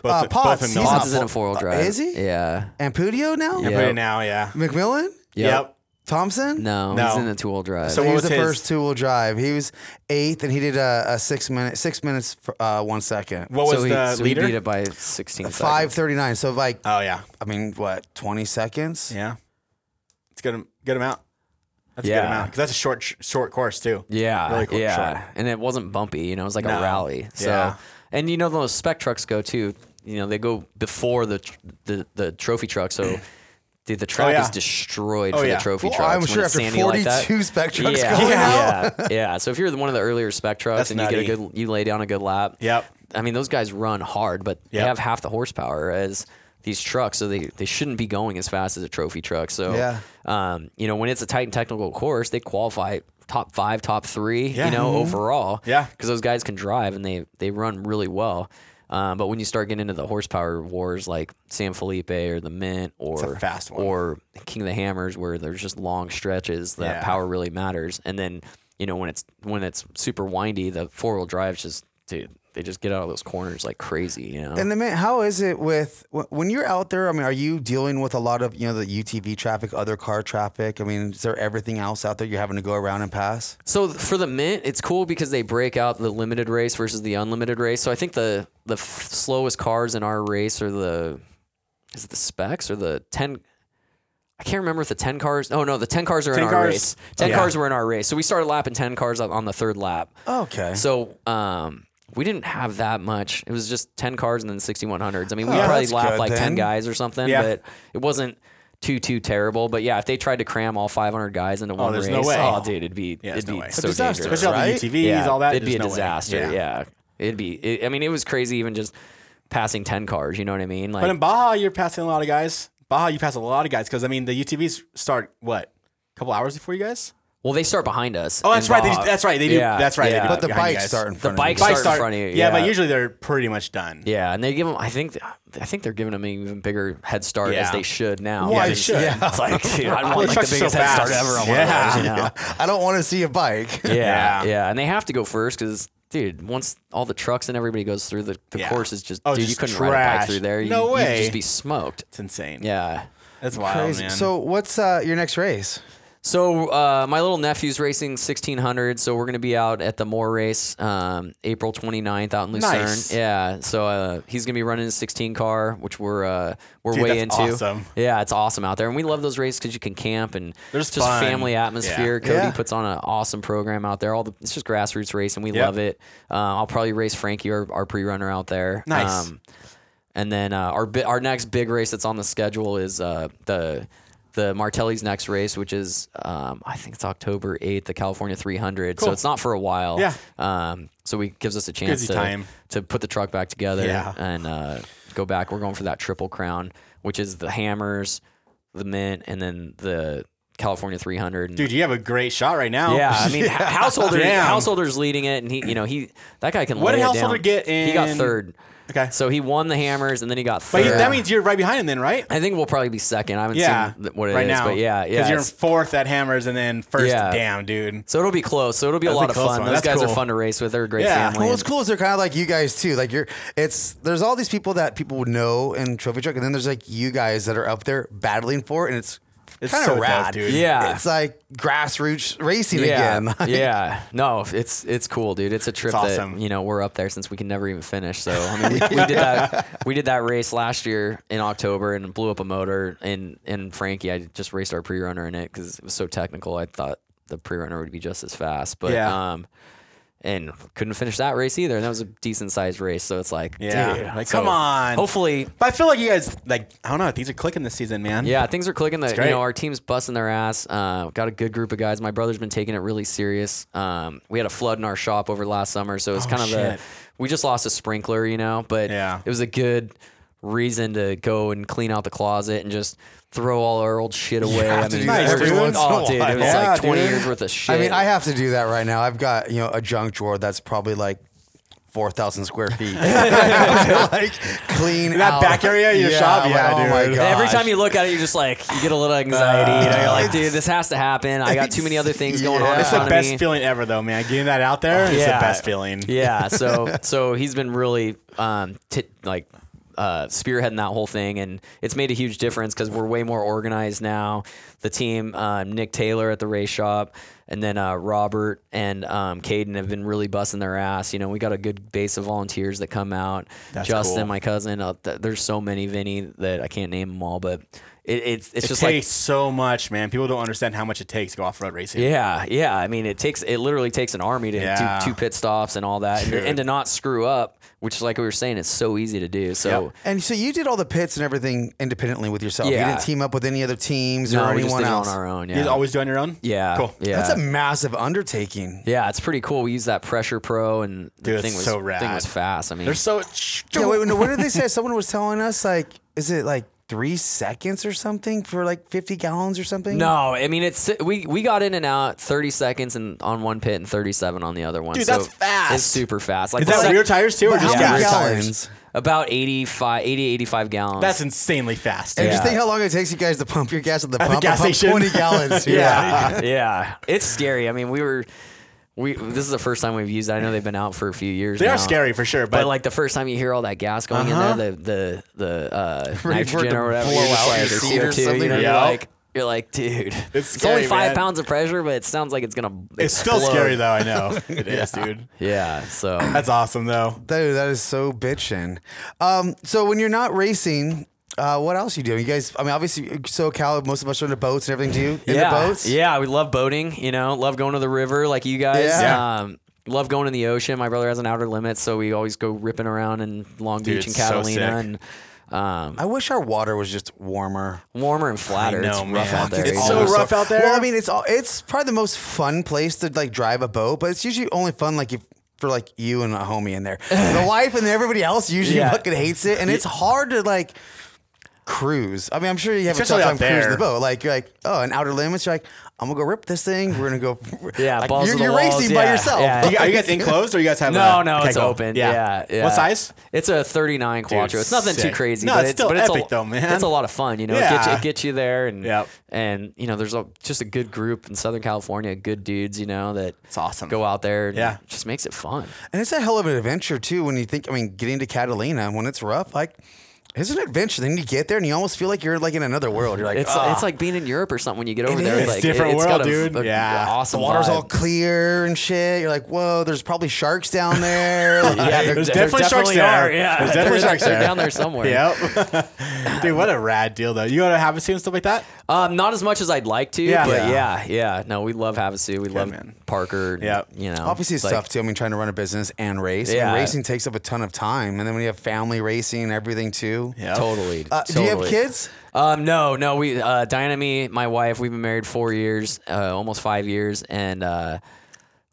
B: Both,
C: Uh,
B: both
C: Potts,
B: of
C: he's
B: them.
A: Hans
C: not
A: is in
C: full-
A: a four wheel
C: uh,
A: drive.
C: is he?
A: Yeah.
C: Ampudio now.
A: Yeah.
B: Put
A: Yep.
B: it now, yeah.
C: McMillan.
B: Yep.
C: Thompson.
A: No,
B: No.
A: he's in a two wheel drive.
B: So
C: he
B: what
C: was
B: was
C: the
B: his?
C: first two wheel drive. He was eighth, and he did a, a six minute, six minutes, for, uh, one second,
B: What was
A: so he,
B: the
A: so he
B: leader?
A: beat it by 16 seconds.
C: five thirty nine. So like,
B: Oh yeah,
C: I mean, what twenty seconds?
B: yeah. It's good. Good amount. That's a
A: Yeah.
B: good amount because that's a short short course too.
A: Yeah,
B: Really quick,
A: yeah,
B: short.
A: and it wasn't bumpy. You know, it was like
B: No.
A: a rally. So,
B: Yeah.
A: and you know those spec trucks go too. You know, they go before the tr- the, the trophy truck. So. Dude, the track
B: yeah.
A: is destroyed
B: Oh,
A: for
B: yeah.
A: the trophy
C: Well,
A: trucks.
C: I'm
A: when
C: sure
A: it's
C: after
A: sandy like that.
C: 42 spec trucks
A: yeah.
C: going
A: yeah. yeah. So if you're the- one of the earlier spec trucks
B: That's
A: and you get
B: nutty.
A: a good, you lay down a good lap.
B: Yep.
A: I mean, those guys run hard, but they
B: Yep.
A: have half the horsepower as these trucks, so they, they shouldn't be going as fast as a trophy truck. So,
C: Yeah.
A: um, you know, when it's a tight and technical course, they qualify top five, top three,
B: Yeah. Mm-hmm.
A: you know, overall.
B: Yeah.
A: Because those guys can drive and they, they run really well. Um, but when you start getting into the horsepower wars, like San Felipe or the Mint or
B: fast one.
A: or King of the Hammers, where there's just long stretches that
B: Yeah.
A: power really matters. And then you know when it's when it's super windy, the four wheel drives just dude they just get out of those corners like crazy. You know,
C: And then, man, how is it with wh- when you're out there? I mean, are you dealing with a lot of you know the UTV traffic, other car traffic? I mean, is there everything else out there you're having to go around and pass?
A: So th- for the mint, it's cool because they break out the limited race versus the unlimited race. So I think the the f- slowest cars in our race are the is it the specs or the ten. I can't remember if the ten cars. Oh no, the ten cars are
B: 10
A: in our
B: cars.
A: race. Ten
B: Yeah.
A: cars were in our race. So we started lapping ten cars on- on the third lap.
C: Okay.
A: So um, we didn't have that much. It was just ten cars and then sixty one hundreds. I mean, we
C: Oh,
A: probably
C: that's
A: lapped
C: good
A: like
C: then.
A: ten guys or something,
B: Yeah.
A: but it wasn't too too terrible. But yeah, if they tried to cram all five hundred guys into one
B: there's
A: race,
B: no way.
A: oh dude, it'd be
B: Yeah,
A: it'd
B: there's no
A: be so
B: way. It's a
C: disaster,
A: dangerous.
B: Especially all
C: Right?
B: the UTVs, all that.
A: It'd be a
B: there's no way.
A: disaster. Yeah. it'd be. It, I mean, it was crazy even just passing ten cars. You know what I mean? Like
B: But in Baja, you're passing a lot of guys. Baja, you pass a lot of guys because I mean the UTVs start what, a couple hours before you guys.
A: Well, they start behind us.
B: Oh, that's
A: in
B: right. They,
A: Baja.
B: that's right. They do.
A: Yeah,
B: That's right.
A: yeah.
B: They do
A: But
C: but the
B: behind you
C: bikes
B: guys.
C: start in
A: the
C: front
A: bikes
C: of
A: start,
B: Bikes
A: in front of you.
B: Yeah, but usually they're pretty much done.
A: Yeah, and they give them. I think I think they're giving them an even bigger head start
B: Yeah.
A: as they should now.
C: Why
A: They-
C: should? Yeah.
A: It's like dude, I
B: Well,
A: want like
B: trucks
A: the
B: are
A: biggest
B: so
A: head start
B: fast.
A: ever on one
B: Yeah.
A: of those. You
C: you.
A: know?
C: Yeah. I don't want to see a bike.
A: Yeah,
B: Oh, Yeah.
A: yeah, and they have to go first because, dude, once all the trucks and everybody goes through, the, the
B: Yeah.
A: course is just,
B: Oh,
A: dude,
B: just
A: you couldn't ride a
B: trash.
A: bike through there. You,
B: No
A: You'd
B: way.
A: just be smoked.
B: It's insane.
A: Yeah.
B: that's wild,
C: Crazy.
B: man.
C: So, what's uh, your next race?
A: So uh, my little nephew's racing 1600, so we're gonna be out at the Moore race um, April 29th out in Lucerne.
B: Nice.
A: Yeah, so uh, he's gonna be running his 16 car, which we're uh, we're
B: Dude,
A: way
B: that's
A: into.
B: awesome.
A: Yeah, it's awesome out there, and we love those races because you can camp and
B: There's
A: just
B: fun.
A: family atmosphere. Cody
C: Yeah.
A: puts on an awesome program out there. All the it's just grassroots racing, we
B: Yep.
A: love it. Uh, I'll probably race Frankie, our, our pre-runner out there. Um,
B: Nice.
A: And then uh, our bi- our next big race that's on the schedule is uh, the the Martelli's next race, which is um, I think it's October eighth, the California 300. So
B: Cool.
A: it's not for a while.
B: Yeah.
A: Um, so we gives us a chance
B: you
A: to
B: time.
A: to put the truck back together
B: Yeah.
A: and uh, go back. We're going for that triple crown, which is the hammers, the mint, and then the California 300. And
B: Dude, you have a great shot right now.
A: yeah, I mean, Ha- householder
B: Oh, Damn.
A: householder's leading it, and he, you know, he that guy can.
B: What
A: lay
B: did
A: it
B: Householder
A: down.
B: get
A: He got
B: in-
A: third.
B: Okay.
A: So he won the hammers, and then he got third.
B: but you- that means you're right behind him then, right?
A: I think we'll probably be second. I haven't
B: Yeah.
A: seen th- what it is,
B: right now.
A: but yeah, yeah.
B: Because you're in
A: it's-
B: fourth at Hammers and then first.
A: Yeah.
B: Damn, dude.
A: so it'll be close. So it'll be a
B: That's a
A: lot of
B: close
A: fun.
B: one.
A: Those
B: That's
A: guys
B: cool.
A: are fun to race with. They're a great
B: Yeah.
A: family.
C: Well,
A: and-
C: what's cool is they're kind of like you guys too. Like you're, it's there's all these people that people would know in trophy truck, and then there's like you guys that are up there battling for it, and it's,
B: It's
C: kind
B: so
C: of
B: dope,
C: rad,
B: dude.
A: Yeah.
C: It's like grassroots racing
A: yeah,
C: again.
A: yeah. No, it's it's cool, dude. It's a trip
B: It's awesome.
A: that you know we're up there since we can never even finish. So I mean, we, we did that we did that race last year in October and blew up a motor. And and Frankie, I just raced our pre runner in it because it was so technical. I thought the pre runner would be just as fast, but
B: Yeah.
A: um, and couldn't finish that race either. And that was a decent sized race, so it's like,
B: Yeah.
A: dude,
B: Like,
A: so
B: come on.
A: Hopefully,
B: But I feel like you guys, like, I don't know, these are clicking this season, man.
A: yeah, things are clicking. The,
B: great.
A: you know, our team's busting their ass. Uh, got a good group of guys. My brother's been taking it really serious. Um, we had a flood in our shop over last summer, so it was
C: Oh,
A: kind of a.
B: shit.
A: We just lost a sprinkler, you know, but
B: Yeah.
A: it was a good reason to go and clean out the closet and just throw all our old shit away.
C: have
A: I
C: to
A: mean,
C: do that
A: there was-
C: every once in
A: oh,
C: a
A: dude, it
C: while.
A: was
B: Yeah,
A: like twenty
B: dude.
A: years worth of shit.
C: I mean, I have to do that right now. I've got you know a junk drawer that's probably like four thousand square feet. I have to, like clean
B: That
C: out.
B: back area of your shop?
C: I'm
B: Yeah,
C: like, oh
B: dude.
C: My
A: And
C: gosh.
A: Every time you look at it, you're just like you get a little anxiety. you know, you're like, dude, this has to happen. I got too many other things going on.
C: Yeah.
A: in
B: It's the
A: front of
B: best
A: me.
B: feeling ever, though, man. Getting that out there is the
A: Yeah.
B: best feeling.
A: Yeah. So so he's been really um t- like uh, spearheading that whole thing, and it's made a huge difference because we're way more organized now. The team, uh, Nick Taylor at the race shop, and then uh, Robert and um, Caden have been really busting their ass. You know, we got a good base of volunteers that come out. Justin,
B: cool.
A: my cousin, uh, th- there's so many Vinny that I can't name them all, but it, it's it's
B: It
A: just like
B: takes so much, man. People don't understand how much it takes to go off road racing.
A: yeah, yeah. I mean, it takes it literally takes an army to
B: Yeah.
A: do two pit stops and all that, and,
B: Dude.
A: and to not screw up, which is like we were saying, it's so easy to do. So
B: Yep.
C: And so you did all the pits and everything independently with yourself. You
A: Yeah.
C: didn't team up with any other teams
A: no,
C: or
A: we just
C: anyone
A: did it
C: else.
A: on our own.
B: You
A: Yeah,
B: guys always do on your own?
A: yeah,
B: Cool.
A: Yeah,
C: That's a massive undertaking.
A: yeah. It's pretty cool. We used that pressure pro, and the
B: Dude, it's
A: thing was
B: so rad.
A: thing was fast. I mean,
B: They're so.
C: Yeah, wait, no, what did they say? Someone was telling us like, is it like three seconds or something for like 50 gallons or something?
A: No, I mean it's we we got in and out 30 seconds and on one pit and 37 on the other one.
B: Dude,
A: so
B: that's fast.
A: It's super fast. Like
B: Is that
A: we're-
B: rear tires too, or
C: But
B: just
C: how
A: Yeah,
C: many
A: rear
B: gas?
A: tires.
C: gallons?
A: About 85, 80, 85 gallons.
B: That's insanely fast.
C: And
B: Yeah.
C: just think how long it takes you guys to pump your gas at the
B: the
C: pump. I
B: gas
C: pumped
B: station.
C: 20 gallons.
A: yeah,
B: Yeah.
A: yeah. It's scary. I mean, we were we. This is the first time we've used. it. I know they've been out for a few years.
B: They
A: now.
B: are scary for sure,
A: But,
B: but,
A: like the first time you hear all that gas going
B: Uh-huh.
A: in there, the the the uh,
C: it
A: nitrogen
C: to
A: or whatever,
C: blow
A: you're just
C: out
A: like,
C: your
A: or CO2, you
C: seat or something.
A: know, you're
B: Yeah.
A: like you're like, dude, it's, only
B: scary,
A: five
B: man.
A: pounds of pressure, but it sounds like it's gonna.
B: it's still
A: explode.
B: scary though. I know it is, dude.
A: Yeah. So
B: That's awesome though.
C: Dude, that is so bitchin'. Um, so when you're not racing, uh, what else you doing? You guys, I mean, obviously, so Cal, most of us are in the boats and everything too. In
A: yeah,
C: the boats?
A: yeah, we love boating. You know, love going to the river like you guys.
C: Yeah.
B: Yeah.
A: Um, love going in the ocean. My brother has an outer limit, so we always go ripping around in Long
B: Dude,
A: Beach and
B: it's so
A: Catalina
B: sick.
A: and um,
C: I wish our water was just warmer.
A: warmer and flatter.
B: know,
A: it's rough
B: man.
A: out there.
B: It's
A: you
B: so
A: know?
B: rough. out there?
C: Well, I mean, it's all, it's probably the most fun place to like drive a boat, but it's usually only fun like if for like you and a homie in there. the wife and everybody else usually
B: Yeah.
C: fucking hates it, and it's hard to like cruise. I mean, I'm sure you have
B: Especially
C: a
B: out
C: tough time cruising
B: there.
C: the boat. Like you're like, oh, an outer limits. You're like, I'm gonna go rip this thing. We're gonna go.
A: Yeah,
C: like,
A: balls
C: You're,
A: to the
C: you're
A: walls,
C: racing by
A: yeah,
C: yourself.
A: yeah.
B: Are you, are you guys enclosed or you guys have
A: No,
B: a
A: no, it's
B: kegel?
A: open. Yeah. yeah,
B: What size?
A: It's a 39 quattro. It's nothing
B: sick.
A: too crazy,
B: No,
A: but
B: it's
A: it's,
B: still
A: but it's
B: epic
A: a,
B: though, man.
A: It's a lot of fun, you know. It, gets you,
B: Yeah.
A: it gets you there, and
B: Yep.
A: and you know, there's a, just a good group in Southern California, good dudes, you know, that it's
B: awesome.
A: Go out there, and
B: Yeah.
A: it just makes it fun.
C: And it's a hell of an adventure too. When you think, I mean, getting to Catalina when it's rough, like it's an adventure. Then you get there and you almost feel like you're like in another world. You're like,
A: It's
C: "Ah."
A: it's like being in Europe or something when you get over
C: It
A: there.
C: is.
A: Like,
B: It's different
A: it, has got
B: world,
A: a,
B: dude.
A: a-
B: Yeah.
A: awesome.
C: the water's
A: vibe.
C: all clear and shit. You're like, whoa, there's probably sharks down there. Like,
A: Yeah,
B: There's
A: there
B: definitely sharks there.
A: Are, yeah,
B: There's definitely
A: They're-
B: sharks
A: they're
B: there.
A: down there somewhere.
B: Yep. Dude, what a rad deal though. You go to Havasu and stuff like that?
A: Um, not as much as I'd like to,
B: Yeah.
A: but yeah.
B: Yeah.
A: yeah, No, we love Havasu. We love
B: man.
A: Parker.
B: Yeah.
A: you know,
C: Obviously, it's
A: like-
C: tough too. I mean, trying to run a business and race.
A: Yeah.
C: And racing takes up a ton of time. And then when you have family racing and everything too.
B: Yeah.
A: Totally.
C: Uh, Do you have
A: totally.
C: kids?
A: Um, no, no. We uh, Diana, me, my wife. We've been married four years, uh, almost five years, and uh,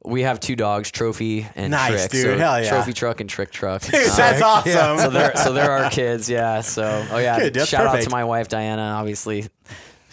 A: we have two dogs, Trophy and
B: Nice,
A: Trick.
B: dude.
A: So
B: Hell yeah.
A: Trophy Truck and Trick Truck.
B: Dude,
A: Uh,
B: that's awesome.
A: so they're so they're our kids. Yeah. So oh yeah.
B: Good, that's
A: Shout out to
B: perfect.
A: my wife Diana. Obviously,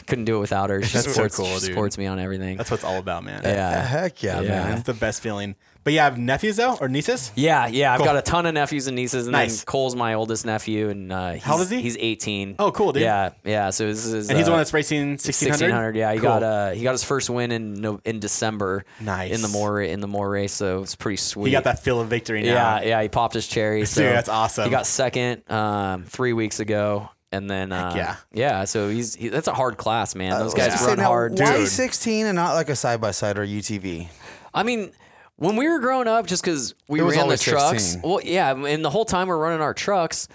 A: couldn't do it without her. She
B: That's so
A: supports
B: cool,
A: she
B: dude.
A: supports me on everything.
B: That's what it's all about, man.
A: yeah.
C: Heck yeah,
A: Yeah.
C: man.
B: That's the best feeling. But you have nephews though or nieces?
A: Yeah, yeah. I've got a ton of nephews and nieces, and
B: Nice.
A: then Cole's my oldest nephew, and uh, he's,
B: How old is he?
A: He's eighteen.
B: Oh, cool, dude.
A: Yeah, yeah. So this is
B: And he's
A: uh,
B: the one that's racing 1600?
A: sixteen hundred. Yeah, he
B: Cool.
A: got uh, he got his first win in no, in December.
B: Nice.
A: in the more in the more race, so it's pretty sweet.
B: He got that feel of victory now.
A: Yeah, yeah. He popped his cherry. So
B: that's awesome.
A: He got second um, three weeks ago, and then uh,
B: yeah. Oh,
A: yeah. So he's he, that's a hard class, man. Those
C: I was
A: guys
C: gonna
A: run
C: say, now,
A: hard.
C: Why
B: Dude.
C: 16 and not like a side by side or UTV?
A: I mean, when we were growing up, just because we
C: It was
A: ran the
C: always
A: trucks.
C: 16.
A: Well, yeah, and the whole time we're running our trucks,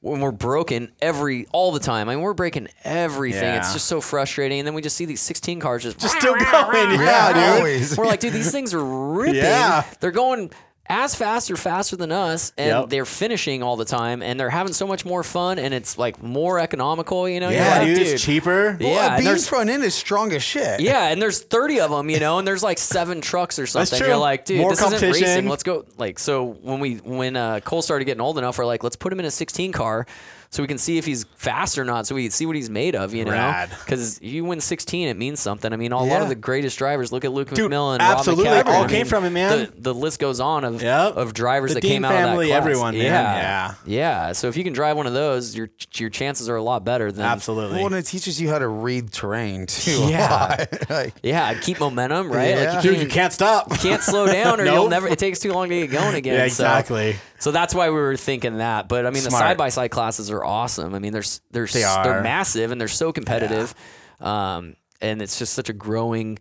A: when we're broken every all the time. I mean, we're breaking everything.
B: Yeah.
A: It's just so frustrating. And then we just see these 16 cars just,
B: Just still going. Yeah,
C: Yeah,
B: dude.
C: always.
A: We're like, dude, these things are ripping.
B: Yeah.
A: They're going as fast or faster than us, and
B: Yep.
A: they're finishing all the time, and they're having so much more fun, and it's like more economical. You know? You're
B: Yeah,
A: like,
B: dude, It's cheaper.
A: Yeah,
C: well, a
A: and
C: beam
A: there's-
C: front end is strong as shit.
A: Yeah, and there's 30 of them, you know, and there's like seven trucks or something.
B: true.
A: You're like, dude,
B: More
A: this isn't
B: competition.
A: racing. Let's go. Like, so when we when uh, Cole started getting old enough, we're like, let's put him in a 16 car so we can see if he's fast or not, so we can see what he's made of, you know?
B: Rad.
A: Because you win 16, it means something. I mean, a lot
C: Yeah.
A: of the greatest drivers. Look at Luke
B: Dude,
A: McMillan,
B: absolutely.
A: Rob McCaffrey.
B: All
A: I
B: came
A: mean,
B: from it, man.
A: The, the list goes on of
B: Yep.
A: of drivers
B: The
A: that
B: Dean
A: came out
B: family,
A: of that class.
B: everyone, man. Yeah.
A: yeah, yeah. So if you can drive one of those, your your chances are a lot better than
B: Absolutely.
C: Well, and it teaches you how to read terrain too.
A: Yeah.
C: Yeah. like,
A: Yeah, keep momentum, right? Like
C: Yeah.
A: you
B: dude,
A: can't
B: you can't stop.
A: can't slow down or you'll
B: Nope.
A: never it takes too long to get going again
B: Yeah,
A: so-
B: exactly.
A: so, that's why we were thinking that but i mean the
B: Smart.
A: side-by-side classes are awesome i mean there's there's
B: They are.
A: they're massive and they're so competitive um and it's just such a growing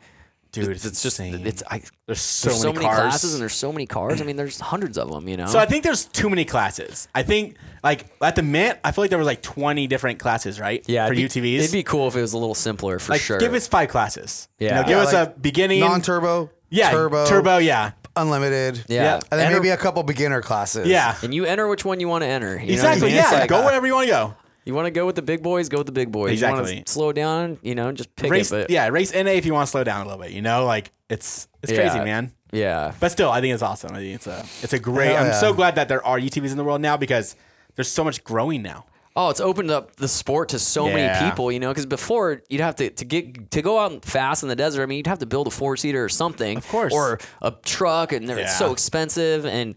B: Dude, it's
A: it's just
B: insane.
A: it's I,
B: There's so
A: there's so
B: many
A: many,
B: cars.
A: classes and there's so many cars i mean there's hundreds of them you know
B: So I think there's too many classes. I think like at the mint, I feel like there was like 20 different classes, right?
A: yeah
B: for
A: it'd be-
B: UTVs.
A: it'd be cool if it was a little simpler for
B: like
A: sure
B: give us five classes. You
A: Yeah.
B: know, give
A: Yeah,
B: us
C: like,
B: a beginning
C: Non turbo.
B: yeah,
C: Turbo.
B: turbo, yeah,
C: Unlimited.
A: yeah,
C: And then
A: Enter-
C: maybe a couple beginner classes.
B: yeah,
A: and you enter which one you want to enter. You know what I
B: exactly.
A: mean?
B: Yeah,
A: It's like, uh,
B: go wherever you want to go.
A: You want to go with the big boys, go with the big boys. You
B: Exactly.
A: want to slow down, you know, just pick
B: Race,
A: it. But
B: yeah, race NA if you want to slow down a little bit. You know, like it's it's crazy,
A: Yeah.
B: man.
A: yeah,
B: But still, I think it's awesome. I think it's a it's a great.
C: Hell
B: I'm
C: yeah.
B: so glad that there are UTVs in the world now because there's so much growing now.
A: oh, it's opened up the sport to so many
C: Yeah.
A: people, you know, because before you'd have to, to get to go out fast in the desert. I mean, you'd have to build a four seater or something, of
B: course.
A: or a truck, and they're it's
B: Yeah.
A: so expensive. And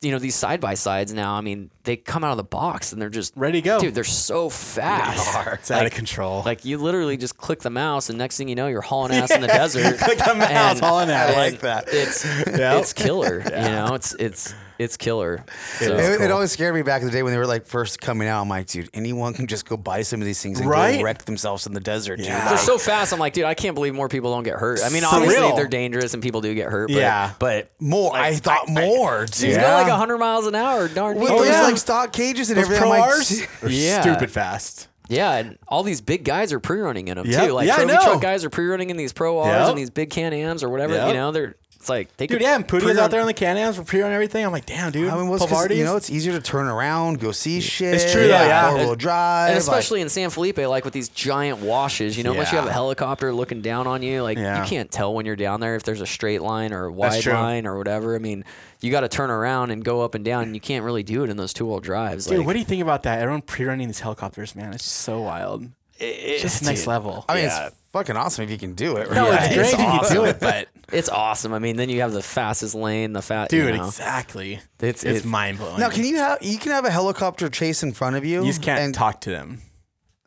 A: you know, these side by sides now, I mean, they come out of the box and they're just
B: Ready to go.
A: dude. They're so fast.
B: It's out of control.
A: Like you literally just click the mouse, and next thing you know, you're hauling ass in the desert.
B: Click the mouse, hauling ass. I like
A: and
B: that.
A: It's it's killer. You know, it's it's it's killer. So,
C: It, it always scared me back in the day when they were like first coming out. I'm like, dude, anyone can just go buy some of these things and
B: Right?
C: go wreck themselves in the desert,
B: Yeah.
C: dude.
A: they're
C: Like,
A: so fast. I'm like, dude, I can't believe more people don't get hurt. I mean,
B: For
A: obviously
B: real.
A: they're dangerous and people do get hurt. But,
B: Yeah.
A: but
C: more. I thought more,
A: dude,
C: dude.
A: you
B: Yeah.
A: go like 100 miles an hour. Darn.
C: With
A: near.
C: those
B: Oh, yeah.
C: like stock cages and
B: Those
C: everything. I'm like,
B: Pro-Rs are
A: Yeah.
B: stupid fast.
A: Yeah, and all these big guys are pre-running in them
B: Yep.
A: too. Like
B: Yeah, I
A: trophy
B: know.
A: truck guys are pre-running in these Pro R's
B: Yep.
A: and these big Can Ams or whatever.
B: Yep.
A: You know, they're it's like they
B: Dude,
A: could
B: yeah, and Pooty's
A: pre-run-
B: out there on the Can-Ams for pre on everything. I'm like, damn, dude.
C: I mean, what's 'cause,
B: Pavardi's?
C: you know, it's easier to turn around, go see shit.
B: It's true, though, yeah.
C: Four wheel
B: And-
C: drive,
A: and
C: like-
A: especially in San Felipe, like with these giant washes, you know, once you have a
B: Yeah.
A: helicopter looking down on you, like
B: Yeah.
A: you can't tell when you're down there if there's a straight line or a wide
B: true.
A: line or whatever. I mean, you got to turn around and go up and down, and you can't really do it in those two wheel drives.
B: Dude,
A: like,
B: what do you think about that? Everyone pre-running these helicopters, man. It's so wild. It's just next level.
C: I mean, it's fucking awesome if you can do it.
B: no,
C: right?
B: it's great if
C: awesome.
B: you do it, but
A: it's awesome. I mean, then you have the fastest lane, the fat,
B: dude,
A: you know.
B: exactly.
A: It's-
B: It's,
A: it's-
B: it's mind blowing.
C: Now, can you have you can have a helicopter chase in front of you?
B: you just can't
C: and-
B: talk to them.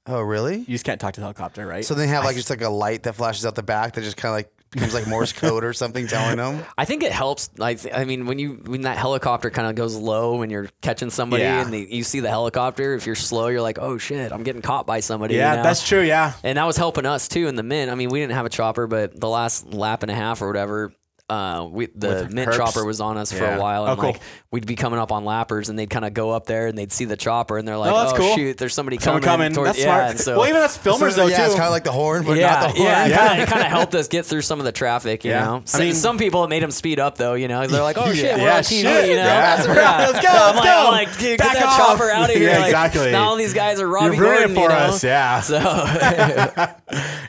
C: Oh, really?
B: You just can't talk to the helicopter, right?
C: So they have like just like a light that flashes out the back that just kind of like becomes like Morse code or something telling them.
A: I think it helps. Like, I mean, when you when that helicopter kind of goes low when you're catching somebody
B: Yeah.
A: and the, you see the helicopter, if you're slow, you're like, oh shit, I'm getting caught by somebody.
B: yeah,
A: you know?
B: that's true. Yeah,
A: and that was helping us too in the mint. I mean, we didn't have a chopper, but the last lap and a half or whatever, uh, we the
B: With
A: mint
B: herps.
A: chopper was on us for a
B: Yeah.
A: while, and
B: Oh, cool.
A: like we'd be coming up on lappers, and they'd kind of go up there and they'd see the chopper, and they're like,
B: Oh, that's
A: "Oh
B: cool.
A: shoot, there's somebody
B: someone
A: coming."
B: coming.
A: toward-"
B: That's
A: yeah,
B: smart.
A: and so-
B: well, even us filmers
C: So,
B: though
C: yeah,
B: too.
C: it's kind of like the horn, but
A: yeah,
C: not the horn.
A: yeah,
B: Yeah.
A: It kind of helped us get through some of the traffic, you
B: Yeah.
A: know.
B: I
A: I mean,
B: mean-
A: some people it made them speed up though, you know. They're like, "Oh shit, we're
B: Yeah,
A: on TV,"
B: shit.
A: you know.
B: Yeah.
A: That's-
B: Let's go,
A: I'm
B: let's
A: like,
B: go.
A: I'm like, dude,
B: Back
A: get that
B: off.
A: chopper out of here.
B: Yeah,
A: Like,
B: exactly.
A: Now all these guys are Robbie
B: ruining
A: Gordon,
B: it for
A: you know?
B: us, yeah.
A: So
B: yeah,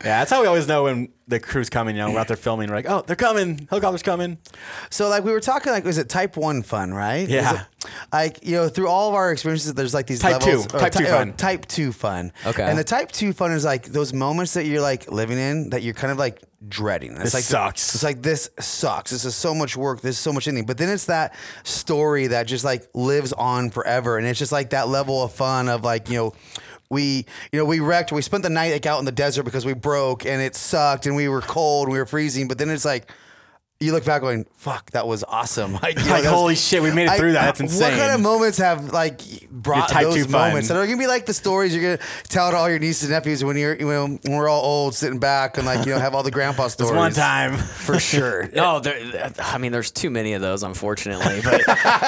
B: that's how we always know when the crew's coming. You know, we're out there filming. We're like, oh, they're coming. Helicopter's coming.
C: So like we were talking, like was it type one fun, right?
B: Yeah.
C: Was it- like you know, through all of our experiences, there's like these
B: Type
C: levels.
B: two. Type two
C: ti-
B: fun.
C: Type two fun.
A: Okay.
C: And the type two fun is like those moments that you're like living in that you're kind of like dreading. It's
B: This
C: like
B: sucks.
C: It's like this sucks. This is so much work. This is so much anything. But then it's that story that just like lives on forever, and it's just like that level of fun of like you know. We, you know, we wrecked. We spent the night like out in the desert because we broke and it sucked and we were cold. And we were freezing, but then it's like, you look back going, "Fuck, that was awesome!" Like, you know,
B: Like,
C: that was-
B: holy shit, we made it through that. That's insane.
C: What kind of moments have like
B: Your
C: brought
B: type two
C: those
B: fun.
C: moments that are gonna be like the stories you're gonna tell to all your nieces and nephews when you're, you know, when we're all old, sitting back and like you know have all the grandpa stories.
B: One time.
A: for sure. No, there, I mean, there's too many of those, unfortunately. But,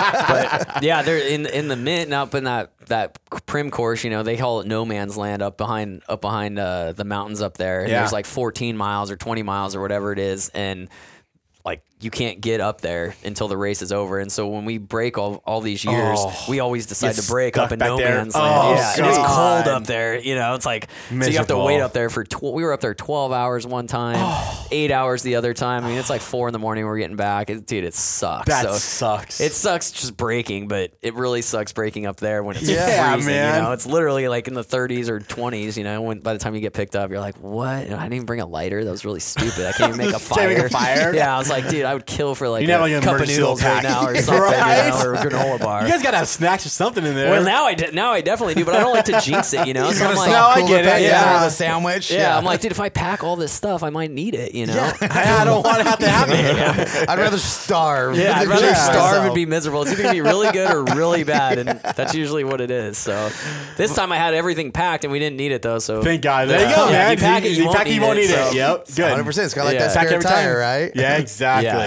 A: but yeah, they're in in the mint and up in that that prim course. You know, they call it no man's land up behind up behind uh, the mountains up there. And
B: Yeah.
A: There's like 14 miles or 20 miles or whatever it is, and like you can't get up there until the race is over. And so when we break all, all these years,
B: Oh.
A: we always decide
B: You're
A: to break up
B: stuck
A: in
B: back
A: no
B: there.
A: man's
B: Oh,
A: land. Yeah, and it's
B: God.
A: cold up there. You know, it's like so you have to
B: Miserable.
A: wait up there for tw- we were up there 12 hours one time,
B: Oh.
A: eight hours the other time. I mean, it's like four in the morning. We're getting back. It, dude, it sucks.
B: That
A: so
B: sucks.
A: It sucks just breaking, but it really sucks breaking up there when it's
B: Yeah,
A: freezing.
B: man.
A: You know, it's literally like in the 30s or 20s. You know, when by the time you get picked up, you're like, what? You know, I didn't even bring a lighter. That was really stupid. I can't even make a
B: Can't
A: fire.
B: make a fire.
A: yeah, I was like, dude, I would kill for like
B: You have,
A: a
B: like, an
A: cup of
B: emergency
A: noodles
B: little
A: right
B: pack.
A: now or something,
B: Right?
A: you know, or a granola bar.
B: You guys gotta have snacks or something in there.
A: well, now I de- now I definitely do, but I don't like to jinx it. You know, so I'm like,
B: No, I get it, yeah.
C: the sandwich.
A: yeah, I'm like, dude, if I pack all this stuff, I might need it. You know.
B: I don't want to have to have it.
C: I'd rather starve.
A: Yeah, I'd
C: than
A: rather
C: kill
A: starve and
C: myself.
A: be miserable. It's either gonna be really good or really bad, and that's usually what it is. So, this time I had everything packed, and we didn't need it though. So
B: Thank God. There
A: Yeah.
B: you go,
A: Yeah,
B: man.
A: You pack it, you, won't,
B: pack it,
A: need
B: you won't
A: it.
B: eat
A: so-
B: it. Yep. Good.
C: 100%. It's kind of like
A: Yeah.
C: that
A: Back
C: spare tire, right?
B: Yeah, exactly.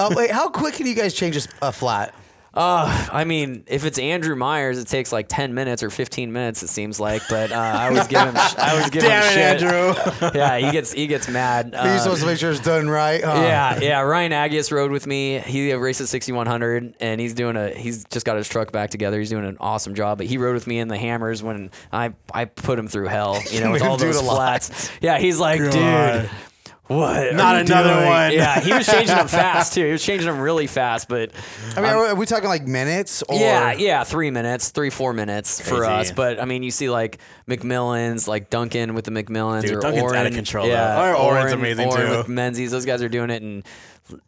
C: Uh, wait, how quick can you guys change a, s- a flat?
A: Uh, I mean, if it's Andrew Myers, it takes like ten minutes or fifteen minutes. It seems like, but uh, I was giving, I was giving
B: Damn it,
A: shit.
B: Andrew.
A: Yeah, he gets he gets mad.
C: You're
A: Uh,
C: supposed to make sure it's done right.
B: Uh.
C: huh?
A: yeah, yeah. Ryan Agus rode with me. He races 6100, and he's doing a. He's just got his truck back together. He's doing an awesome job. But he rode with me in the hammers when I I put him through hell. You know,
C: Made
A: with
C: him
A: all
C: do it
A: those
C: a lot.
A: flats. Yeah, he's like,
B: God.
A: dude. what? are
B: Not
A: you
B: another
A: doing?"
B: one.
A: Yeah, he was changing them fast too. He was changing them really fast, but
C: I
B: Um,
C: mean, are we talking like minutes or
A: yeah, yeah, three minutes, three four minutes for
B: Crazy.
A: us. But I mean, you see like McMillan's, like Duncan with the McMillan's,
B: Dude,
A: or
B: Duncan's out of
A: Oren-
B: control,
A: Yeah,
B: though. Or
A: Oren-
B: Oren's amazing,
A: Oren
B: too.
A: with Menzies, those guys are doing it in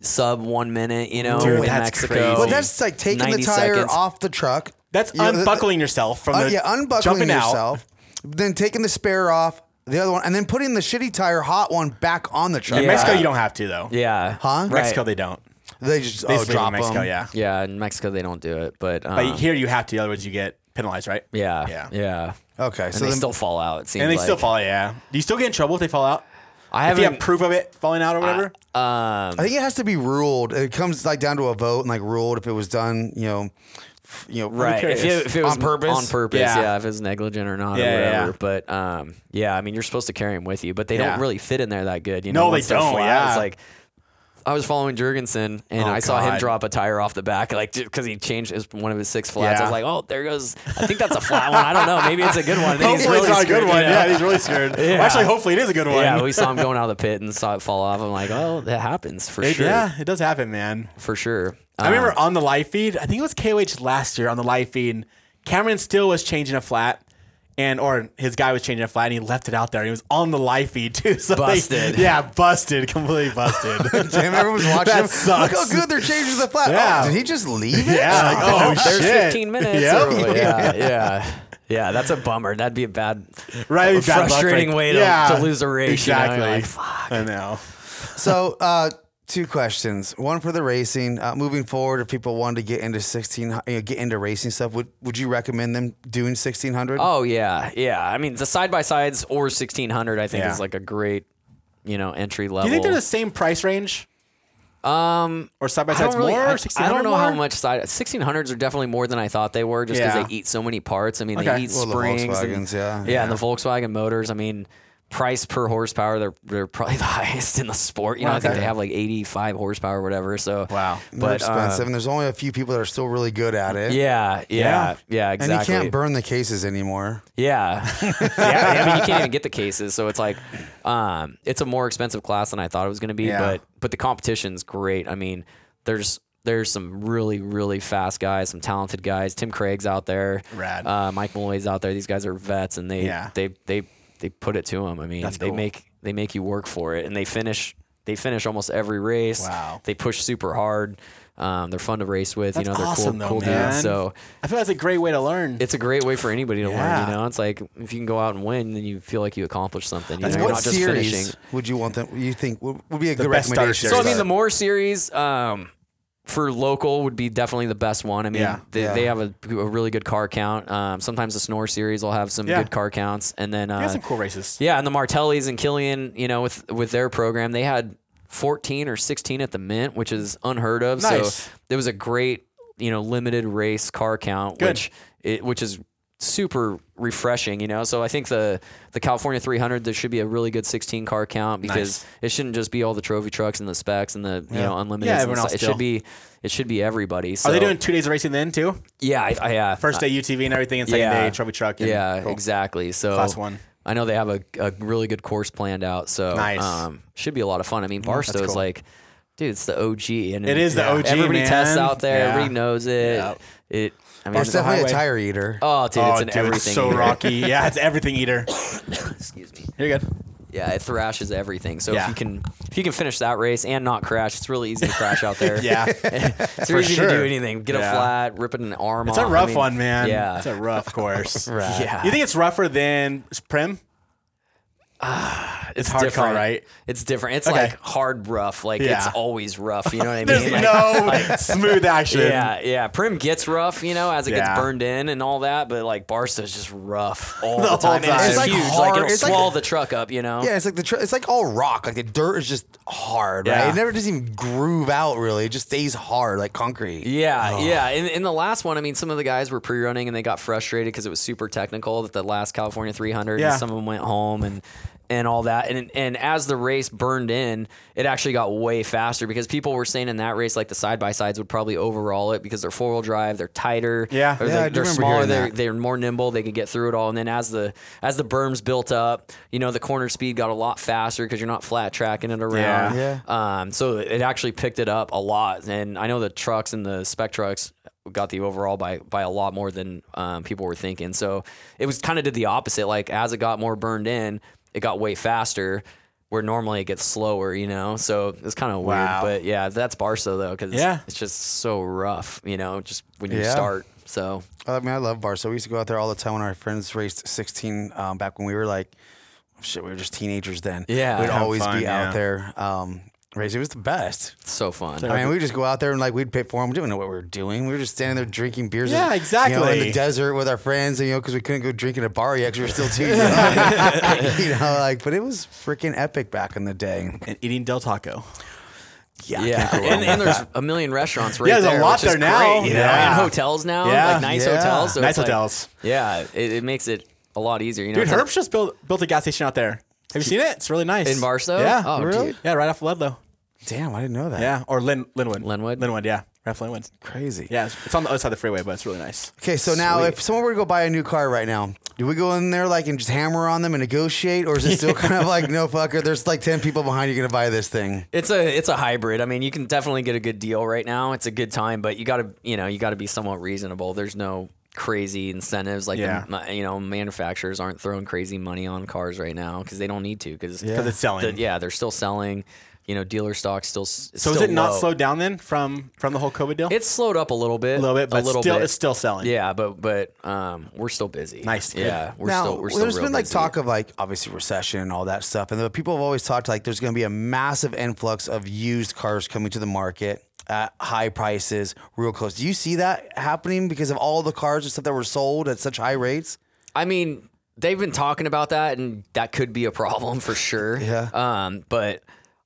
A: sub one minute. You know,
B: Dude,
A: in
B: that's
A: Mexico.
B: crazy.
C: But that's like taking the
A: 90
C: tire
A: Oh. seconds.
C: off the truck.
B: That's
C: You know, the-
B: unbuckling yourself from
C: Uh,
B: the
C: yeah, unbuckling
B: jumping
C: yourself, then taking the spare off the other one, and then putting the shitty tire, hot one, back on the
B: out.
C: truck.
B: In
A: Yeah.
B: Mexico, you don't have to though.
A: Yeah.
C: Huh?
A: Right.
B: Mexico, they don't.
C: They just
B: They
C: oh,
B: sleep in
C: drop
B: Mexico,
C: them.
B: yeah.
A: Yeah, in Mexico they don't do it, but, um,
B: But here you have to, otherwise you get penalized, right?
A: yeah,
B: yeah,
A: yeah, yeah.
C: Okay,
A: And
C: so
A: they
C: then
A: still fall out. It seems
B: And they
A: like.
B: still fall. Yeah. Do you still get in trouble if they fall out?
A: I
B: If you have
A: haven't.
B: proof of it falling out or whatever.
A: um,
C: I think it has to be ruled. It comes like down to a vote and like ruled if it was done. You know, f- you know,
A: right. If, you, if it was
C: on purpose.
A: on purpose,
B: Yeah.
A: yeah. If it was negligent or not,
B: Yeah,
A: or
B: yeah,
A: whatever.
B: yeah.
A: But um, yeah, I mean, you're supposed to carry them with you, but they
B: Yeah.
A: don't really fit in there that good. You
B: No,
A: know,
B: they
A: once they're
B: don't,
A: flat,
B: yeah. Oh,
A: it's like. I was following Jurgensen, and I saw
B: God.
A: him drop a tire off the back, like because he changed his, one of his six flats.
B: Yeah.
A: I was like, "Oh, there goes." I think that's a flat one. I don't know. Maybe it's a good one. And then he's
B: Hopefully it's
A: really
B: not a good
A: screwed,
B: one.
A: you know?
B: Yeah, he's really scared. Well, actually, hopefully it is a good one.
A: Yeah, we saw him going out of the pit and saw it fall off. I'm like, oh, that happens for
B: It-
A: sure.
B: yeah, it does happen, man.
A: For sure.
B: I remember
A: Um,
B: on the live feed, I think it was KOH last year on the live feed, Cameron Still was changing a flat. And or his guy was changing a flat and he left it out there. He was on the live feed too. So they-
A: Busted.
B: yeah, busted. Completely busted.
C: Damn, everyone's watching.
B: That
C: him.
B: sucks.
C: Look how good they're changing the flat.
B: Yeah.
C: Oh, did he just leave it?
B: yeah. Like, oh,
A: there's
B: shit.
A: 15 minutes.
B: Yep.
A: or- yeah, yeah. Yeah, that's a bummer. That'd be a bad,
B: Right. bad luck,
A: frustrating
B: like-
A: way to, to lose a race. you know? You're
B: Exactly.
A: like, fuck.
B: I know.
C: So, uh, two questions. One for the racing. Uh, moving forward, if people wanted to get into sixteen, you know, get into racing stuff, would would you recommend them doing sixteen hundred?
A: Oh yeah, yeah. I mean, the side by sides or 1600, I think,
B: Yeah.
A: is like a great, you know, entry level.
B: Do you think they're the same price range? Um, or side by
A: I
B: sides
A: don't, really,
B: more?
A: I,
B: 1600
A: I don't know how
B: more?
A: much side 1600s are definitely more than I thought they were just because
B: Yeah.
A: they eat so many parts. I mean,
B: Okay.
A: they eat
C: Well, the
A: springs. and-
C: Volkswagens, yeah.
A: yeah, and the Volkswagen motors. I mean, price per horsepower, they're they're probably the highest in the sport. You know, I think
B: Okay.
A: they have like 85 horsepower or whatever. So
B: Wow.
C: They're
A: but uh,
C: expensive, and there's only a few people that are still really good at it.
A: yeah,
B: Yeah.
A: yeah, yeah,
C: and
A: exactly.
C: you can't burn the cases anymore.
A: Yeah. yeah. I mean, you can't even get the cases. So it's like, um, it's a more expensive class than I thought it was going to be.
B: Yeah.
A: But, but the competition's great. I mean, there's, there's some really, really fast guys, some talented guys. Tim Craig's out there.
B: Rad.
A: Uh, Mike Malloy's out there. These guys are vets and they,
B: Yeah.
A: they, they, they put it to them. I mean, they
B: cool.
A: make, they make you work for it and they finish, they finish almost every race.
B: Wow.
A: They push super hard. Um, they're fun to race with.
B: That's
A: you know, they're
B: awesome
A: cool,
B: though,
A: cool
B: man.
A: dudes. So
B: I feel that's a great way to learn.
A: it's a great way for anybody to
B: Yeah.
A: learn. You know, it's like if you can go out and win, then you feel like you accomplished something. You know,
C: And
A: you're
C: what
A: not just
C: series
A: finishing.
C: would you want them? You think would, would be a good
B: best starter
C: recommendation?
A: So
B: series.
A: I mean, the more series um, for local would be definitely the best one. I mean,
B: Yeah.
A: they,
C: Yeah.
A: they have a, a really good car count. Um, sometimes the Snore series will have some
B: Yeah.
A: good car counts, and then
B: They
A: uh,
B: got some cool races.
A: yeah, and the Martellis and Killian, you know, with with their program, they had 14 or 16 at the Mint, which is unheard of.
B: Nice.
A: So it was a great, you know, limited race car count,
B: Good.
A: which it, which is super refreshing, you know. So I think the the California 300 there should be a really good 16 car count because
B: Nice.
A: it shouldn't just be all the trophy trucks and the specs and the you know unlimited. and
B: Yeah, everyone
A: stuff.
B: else
A: It
B: still.
A: should be it should be everybody. So
B: Are they doing two days of racing then too?
A: Yeah, I, uh, I, yeah.
B: First day UTV and everything, and second
A: Yeah.
B: day trophy truck. And
A: Yeah,
B: Cool.
A: exactly. So
B: Class one.
A: I know they have a, a really good course planned out. So
B: Nice.
A: um, should be a lot of fun. I mean, Barstow's
B: cool.
A: like, dude, it's the OG, and
B: It is the OG,
A: Everybody tests
B: man.
A: out there.
B: Yeah.
A: Everybody knows it.
B: Yep.
A: It. I mean,
C: It's definitely a
B: highway.
C: tire eater.
A: oh, dude,
B: Oh,
A: it's an
B: dude,
A: everything.
B: it's so
A: eater.
B: rocky. Yeah, it's everything eater.
A: Excuse me.
B: You're good.
A: Yeah, it thrashes everything. So
B: Yeah.
A: if you can, if you can finish that race and not crash, it's really easy to crash out there.
B: Yeah,
A: it's really easy to
B: sure.
A: do anything. Get
B: Yeah.
A: a flat, rip an arm.
B: it's a
A: off. I
B: rough
A: mean,
B: one, man.
A: Yeah,
B: it's a rough course.
A: Yeah.
B: You think it's rougher than Prem? it's hard call,
A: Ah, different.
B: right?
A: It's different. It's
B: Okay.
A: like hard rough. Like
B: Yeah.
A: it's always rough. You know what I
B: There's
A: mean? Like,
B: no smooth action.
A: yeah, yeah. Prim gets rough, you know, as it
B: Yeah.
A: gets burned in and all that. But like Barstow's just rough all the,
B: whole
A: time. And
B: time.
A: it's,
B: It's, like,
A: huge.
C: hard-
A: Like it'll
C: it's like-
A: swallow the truck up. You know.
C: Yeah, it's like the tr- it's like all rock. Like the dirt is just hard, right?
B: Yeah.
C: It never doesn't even groove out really. It just stays hard like concrete.
A: Yeah, yeah. In, in the last one, I mean, some of the guys were pre-running and they got frustrated because it was super technical at the last California 300.
B: Yeah.
A: And some of them went home and and all that. And and as the race burned in, it actually got way faster because people were saying in that race like the side by sides would probably overall it because they're four wheel drive, they're tighter,
B: Yeah.
A: or they're,
C: Yeah, I do
A: they're
C: remember
A: smaller,
C: hearing
A: they're,
C: that.
A: they're more nimble, they could get through it all. And then as the as the berms built up, you know the corner speed got a lot faster because you're not flat tracking it around.
C: Yeah.
A: Um, so it actually picked it up a lot, and I know the trucks and the spec trucks got the overall by by a lot more than um, people were thinking. So it was kind of did the opposite. Like as it got more burned in, it got way faster. Where normally it gets slower, you know. So it's kind of
B: Wow.
A: weird, but yeah, that's Barso though, because
B: Yeah.
A: it's just so rough, you know, just when you
C: Yeah.
A: start. So
C: I mean, I love Barso. We used to go out there all the time when our friends raced 16 um, back when we were like, shit, we were just teenagers then.
A: Yeah.
C: We'd
A: Have
C: always
B: fun,
C: be
B: yeah.
C: out there um, racing. It was the best.
A: it's so fun.
C: I mean, we just go out there and like we'd pay for them. We didn't know what we were doing. We were just standing there drinking beers.
B: Yeah,
C: and, You know, in
B: exactly.
C: the desert with our friends, and, you know, because we couldn't go drinking at a bar yet because we were still too young. you know, like, but it was freaking epic back in the day.
B: and eating Del Taco.
C: Yeah. I
A: Yeah,
C: can't go wrong
A: and,
C: with
A: and
C: that.
A: there's a million restaurants right
B: Yeah, there's a
A: there.
B: lot
A: which is
B: there now.
A: Great, you know,
B: Yeah.
A: and hotels now,
B: Yeah.
A: like nice
C: Yeah.
A: hotels. So
B: Oh, Nice
A: it's like-
B: hotels.
A: yeah, it, it makes it a lot easier. You know,
B: Dude,
A: it's like-
B: Herb's just built built a gas station out there. Have you seen it? It's really nice.
A: In Barstow?
B: Yeah.
A: Oh, Really? dude.
B: Yeah, right off Ludlow.
C: Damn, I didn't know that.
B: Yeah. Or Lin, Linwood.
A: Linwood?
B: Linwood, yeah. Right off Linwood.
C: Crazy.
B: Yeah, it's, it's on the other side of the freeway, but it's really nice.
C: Okay, so now if someone were to go buy a new car right now, do we go in there like and just hammer on them and negotiate, or is it still kind of like no fucker? There's like ten people behind you gonna buy this thing.
A: It's a it's a hybrid. I mean, you can definitely get a good deal right now. It's a good time, but you gotta you know you gotta be somewhat reasonable. There's no crazy incentives like
B: Yeah.
A: the, you know manufacturers aren't throwing crazy money on cars right now because they don't need to because
B: Because it's selling.
A: yeah they're still selling. You know, dealer stock still. So
B: so is it not slowed down then from from the whole COVID deal?
A: It's slowed up a little bit.
B: a little bit, but
A: a little
B: still,
A: bit.
B: it's still selling.
A: Yeah, but but um, we're still busy.
B: Nice, dude.
A: Yeah, we're
C: now,
A: still
C: there's
A: we're still real
C: been like
A: busy.
C: talk of like obviously recession and all that stuff, and the people have always talked like there's gonna be a massive influx of used cars coming to the market at high prices, real close. Do you see that happening because of all the cars and stuff that were sold at such high rates?
A: I mean, they've been talking about that, and that could be a problem for sure.
C: Yeah.
A: Um, but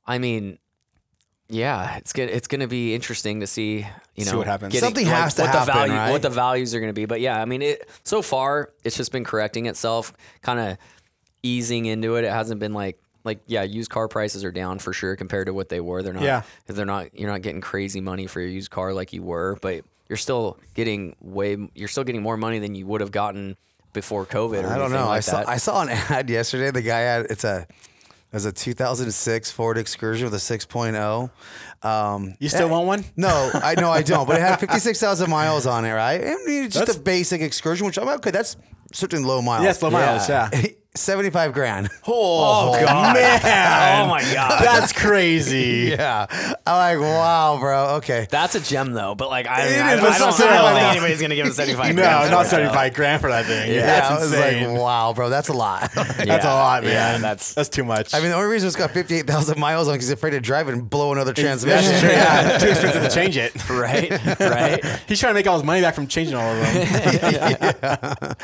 A: I mean, yeah, it's gonna it's gonna be interesting to see you know
B: what happens.
C: Something has to
A: what
C: happen,
A: the value
C: right?
A: what the values are gonna be. But yeah, I mean, it so far it's just been correcting itself, kind of easing into it. It hasn't been like like yeah, used car prices are down for sure compared to what they were. They're not
B: Yeah.
A: they're not you're not getting crazy money for your used car like you were, but you're still getting way you're still getting more money than you would have gotten before COVID. Or
C: I don't
A: anything
C: know.
A: Like
C: I saw
A: that.
C: I saw an ad yesterday. The guy had it's a it was a 2006 Ford Excursion with a 6.0. Um,
B: You still want one?
C: No, I no, I don't. But it had 56,000 miles on it, right? I mean, it's just
B: That's-
C: a basic excursion, which I'm okay. That's certainly low miles.
B: Yes, low miles, yeah.
C: 75 grand.
B: Oh, God. man.
A: Oh my god.
B: That's crazy.
C: yeah. I'm like, wow, bro. Okay.
A: That's a gem though, but like I,
C: It
A: I, I
C: is,
A: don't,
C: but
A: I don't
C: still-
A: think anybody's gonna give him seventy five.
B: No, not 75 grand for that thing.
C: yeah,
B: That's
C: I
B: insane.
C: was like, wow, bro, that's a lot.
B: That's a lot,
A: Yeah, that's-
B: man. that's that's too much.
C: I mean, the only reason it's got 58,000 miles on because he's afraid to drive it and blow another transmission.
B: That's true. Yeah, too expensive to change it.
A: Right, right.
B: He's trying to make all his money back from changing all of them.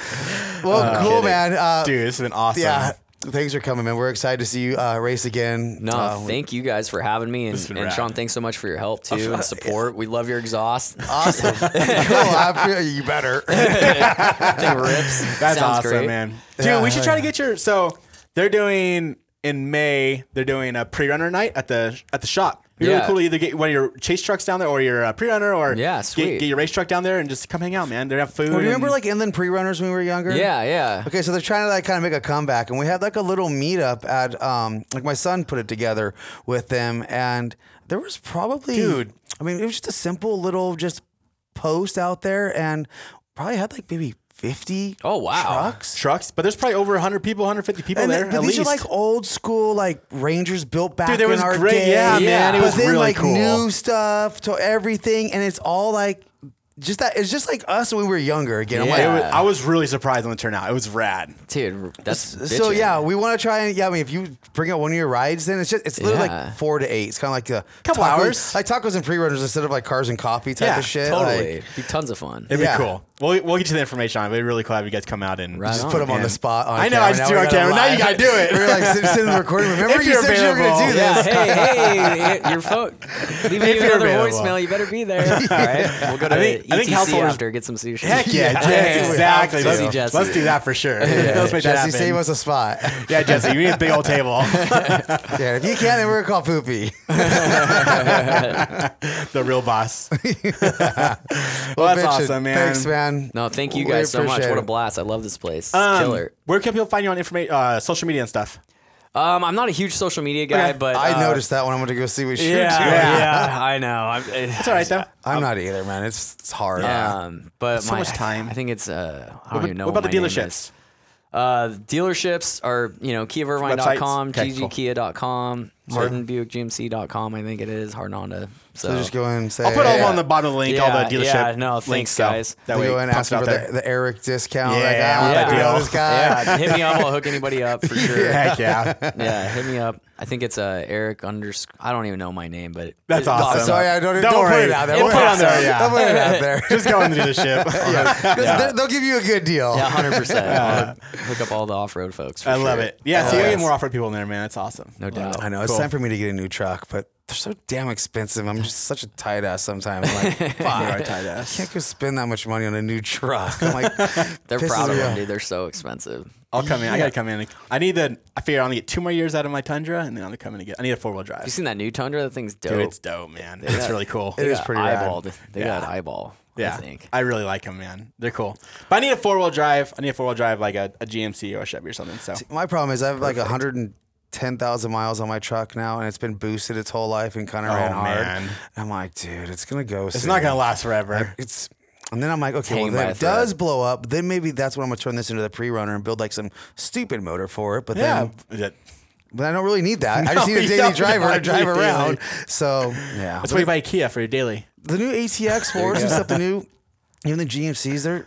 C: Well, cool, man. Uh,
B: Dude, this has been awesome.
C: Yeah. Thanks for coming, man. We're excited to see you uh, race again.
A: uh, No,
C: Uh,
A: thank you guys for having me, and,
B: been
A: and
B: rad.
A: Sean, thanks so much for your help too and support. We love your exhaust.
C: awesome. cool. I feel you better.
A: Thing rips.
B: That's
A: Sounds
B: awesome,
A: great.
B: man. Dude,
C: Yeah,
B: we should
C: hell
B: try to
C: yeah.
B: get your. So they're doing in May. They're doing a pre-runner night at the at the shop. It'd be
A: Yeah.
B: really cool to either get one of your chase trucks down there or your uh, pre-runner, or
A: Yeah,
B: get,
A: sweet.
B: get your race truck down there and just come hang out, man. They have food.
C: Well, remember
B: and-
C: like inland pre-runners when we were younger?
A: Yeah, yeah.
C: Okay, so they're trying to like kind of make a comeback, and we had like a little meetup at um like my son put it together with them, and there was probably
B: Dude.
C: I mean, it was just a simple little just post out there, and probably had like maybe fifty.
A: Oh, wow.
C: trucks.
B: trucks, but there's probably over 100 people, 150 people
C: And
B: there.
C: th- but
B: at
C: these
B: least.
C: are like old school, like Rangers built back.
B: Dude, there was
C: in our
B: great-
C: day.
B: yeah,
A: man, it
C: but
B: was
C: then
B: really
C: like
B: cool.
C: new stuff to everything, and it's all like just that. It's just like us when we were younger. Again, I'm
B: It
C: like,
B: was- I was really surprised on the turnout. It was rad.
A: dude. That's
C: so
A: bitchin'.
C: yeah, we want to try and yeah. I mean, if you bring out one of your rides, then it's just it's literally
A: Yeah.
C: like four to eight. It's kind of like a
B: Couple
C: tacos-
B: hours.
C: like tacos and pre-runners instead of like cars and coffee type
B: Yeah,
C: of shit.
A: totally.
C: Like,
A: Be tons of fun.
B: It'd
C: Yeah.
B: be cool. We'll, we'll get you the information on it. It'd be really cool to have you guys come out and
A: Right
C: just
A: on,
C: put them on
B: man.
C: the spot. On
B: I know,
C: Camera.
B: I just
C: Now
B: do it
C: we
B: on
C: gotta
B: camera. Now
C: lie.
B: you gotta do it.
C: we were like sitting- sitting in the recording. Remember
B: If
C: you
B: you're
C: said you were gonna
B: available.
C: do
B: Yeah,
C: this.
A: hey, hey, your phone. Leave me
B: you're
A: another
B: available.
A: voicemail. You better be there. All right, we'll go to
B: I think
A: ETC
B: think householders-
A: after. Get some sushi.
B: Heck yeah,
C: Yeah,
B: Jesse,
C: we
B: exactly.
C: have to.
B: Let's,
A: Jesse.
B: let's do that for sure. Let's make that
C: Jesse,
B: happen.
C: save us a spot.
B: Yeah, Jesse, we need a big old table.
C: yeah, if you can, then we're called Poopy.
B: the real boss. well,
C: Well,
B: that's
C: bitchin'.
B: awesome, man.
C: Thanks, man.
A: No, thank you
C: We
A: guys so much.
C: appreciate
A: What a
C: it.
A: blast! I love this place.
B: Um,
A: Killer.
B: Where can people find you on information, uh, social media and stuff? Um,
A: Um, I'm not a huge social media guy,
B: Okay.
A: but
C: I
A: uh,
C: noticed that one. I'm going to go see what you're
A: Yeah,
C: doing.
A: yeah, I know. I'm, it's
B: It's all right though.
C: I'm not either, man. It's, it's hard. Uh,
A: Um, but
B: So
A: my-
B: much time.
A: I think it's. Uh, I don't
B: What,
A: even know
B: what about
A: what
B: the
A: my name is.
B: dealerships?
A: Uh, dealerships are you know KiaVervine.com,
B: Websites? Okay, cool.
A: GGKia.com, HardenBuickGMC.com. I think it is Hard Honda. So,
C: So just go in and say,
B: I'll put all
C: hey,
B: them on the bottom of the link. all
A: Yeah,
B: the dealership.
A: yeah, no,
B: links,
A: thanks,
B: so
A: guys.
B: That
C: we
B: way,
C: go
B: it
C: in and
B: pops
C: ask
B: it out
C: for
B: there.
C: the, the Eric discount.
B: Yeah,
C: like, ah,
A: yeah.
C: I know this guy.
A: yeah, hit me up. I'll hook anybody up for sure.
B: Heck yeah.
A: Yeah, hit me up. I think it's uh, Eric underscore. I don't even know my name, but
B: That's
A: it-
B: awesome.
C: I'm sorry, I don't,
B: Don't
C: don't, put
B: worry.
C: it out there.
B: Don't
C: We're
B: put it
C: not
B: on there,
C: sorry.
B: yeah.
C: Don't put it out there.
B: Just go in the dealership.
C: They'll- They'll give you a good deal.
A: Yeah, hundred percent. Hook up all the off-road folks. For
B: I love
A: sure.
B: it. Yeah, so you
C: yes.
B: get more offer people in there, man. That's awesome.
A: No doubt.
C: I know it's
B: Cool.
C: time for me to get a new truck, but they're so damn expensive. I'm just such a tight ass sometimes. I'm like, fuck,
B: Alright, tight ass.
C: can't go spend that much money on a new truck. I'm like,
A: They're
C: pisses
A: proud of
C: me
A: them,
C: off.
A: dude. They're so expensive.
B: I'll come in. I gotta come in. I need the. I figure I'm gonna get two more years out of my Tundra, and then I'm gonna come in again. I need a four wheel drive.
A: You seen that new Tundra? That thing's dope.
B: Dude, it's dope, man. It's really cool.
C: It
A: They
C: is
A: got
C: pretty rad.
A: eyeballed. They got eyeball.
B: Yeah,
A: I think.
B: really like them, man. They're cool. But I need a four wheel drive. I need a four wheel drive, like a, a GMC or a Chevy or something. So
C: My problem is I have like 110,000 miles on my truck now, and it's been boosted its whole life and kind of ran hard.
B: Oh, man.
C: I'm like, dude, it's gonna go.
B: it's not gonna last forever.
C: It's and then I'm like, okay,
A: Hanging
C: well,
A: by
C: then
A: a
C: it
A: thread.
C: does blow up. Then maybe that's when I'm gonna turn this into the pre-runner and build like some stupid motor for it. But
B: Yeah,
C: then,
B: That-
C: but I don't really need that. I just
B: No,
C: need a
B: you
C: daily
B: don't
C: driver
B: not
C: to
B: need
C: drive
B: a daily.
C: around. So yeah,
B: that's why you buy a Kia for your daily.
C: the new ATX fours and stuff. The new, even the GMCs, they're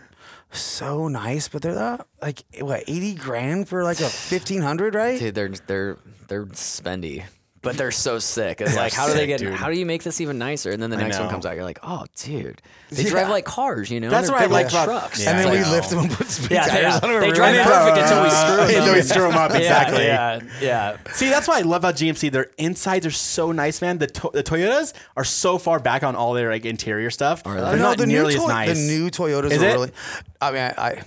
C: so nice, but they're not like what eighty grand for like a fifteen hundred, right?
A: Dude, they're they're they're spendy, but they're so sick. It's like, how do they
B: sick,
A: get?
B: dude.
A: How do you make this even nicer? And then the next one
B: know.
A: comes out, you're like, oh, dude, they
C: Yeah.
A: drive like cars. You know,
B: That's
A: They're
B: what I
A: big
B: like
A: old
B: about-
A: trucks.
B: Yeah.
C: and then
B: I
C: we
B: know.
C: lift them and put spin
A: Yeah,
C: tires
A: yeah.
C: on them.
A: They
C: and
A: drive
C: run
A: perfect until we
B: Uh,
A: screw them.
B: until we screw 'em up. Exactly.
A: Yeah, yeah. yeah.
B: See, that's why I love about GMC. Their insides are so nice, man. The to- the Toyotas are so far back on all their like interior stuff. They're
A: they?
C: I know
B: not
C: the
B: nearly
C: new
B: as
C: Toy-
B: nice.
C: The new Toyotas
B: Is
C: are
B: it?
C: really. I mean, I, I,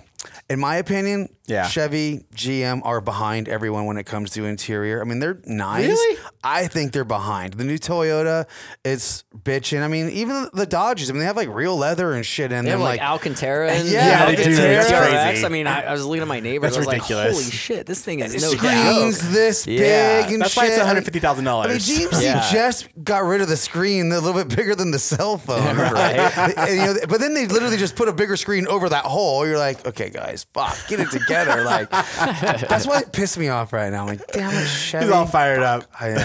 C: in my opinion,
B: Yeah.
C: Chevy, GM are behind everyone when it comes to interior. I mean, they're nice.
B: Really?
C: I think they're behind the new Toyota. It's bitching. I mean, even the Dodges. I mean, they have like real leather and shit in
A: They have
C: them.
A: like,
C: Like,
A: Alcantara and
C: Yeah, Yeah, they do.
A: Alcantara
C: That's
A: TRX.
B: crazy.
A: I mean, I, I was looking at my neighbors. I
B: That's
A: was like,
B: ridiculous.
A: holy shit, this thing is
C: it
A: no
C: screens
A: joke.
C: this
A: Yeah.
C: big and
B: That's
C: shit.
B: why it's
C: I mean-
B: $150,000.
C: I mean, GMC
A: Yeah.
C: just got rid of the screen a little bit bigger than the cell phone, right? And, you know, but then they literally just put a bigger screen over that hole. You're like, okay, guys, fuck, get it together. Like, that's why it pissed me off right now. I'm like, damn it, Chevy.
B: He's all fired up.
C: I am.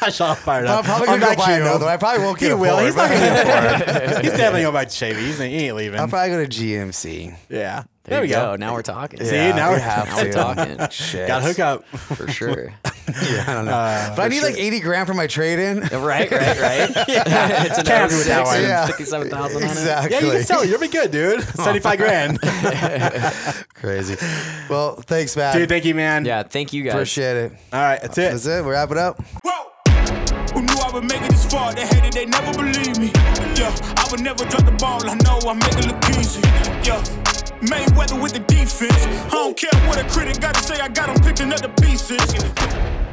B: I all fired up.
C: I'm probably
B: I'm
C: gonna go
B: back
C: buy
B: to you.
C: another. one. I probably won't get
B: He
C: a
B: will.
C: Ford,
B: He's not
C: but
B: gonna get a Ford. He's definitely going back to Chevy. He's, he ain't leaving.
C: I'll probably go to GMC.
B: yeah. There,
A: There
B: we
A: you
B: go.
A: go. Now we're talking.
B: See, now
C: we
B: we're
C: have
A: now we're
C: to.
A: talking.
C: Shit.
B: got hook Uh, up.
A: for sure.
C: Yeah, I don't know. but I need like 80 grand for my trade in.
A: Right, right, right. it's an
B: Can't do it that way.
C: Yeah.
A: 57,000 on it.
C: Exactly.
B: Yeah, you can sell it. You'll be good, dude. Seventy-five grand,
C: Crazy. Well, thanks, Matt.
B: dude. Thank you, man.
A: Yeah, thank you guys.
C: Appreciate it.
B: All right, that's it.
C: That's it. We wrap it up.
D: Whoa. Who knew I would make it this far? They hated, they never believe me. Yeah, I would never drop the ball. I know I make it look easy. Yeah, Mayweather with the defense. I don't care what a critic got to say. I got 'em picking up the pieces.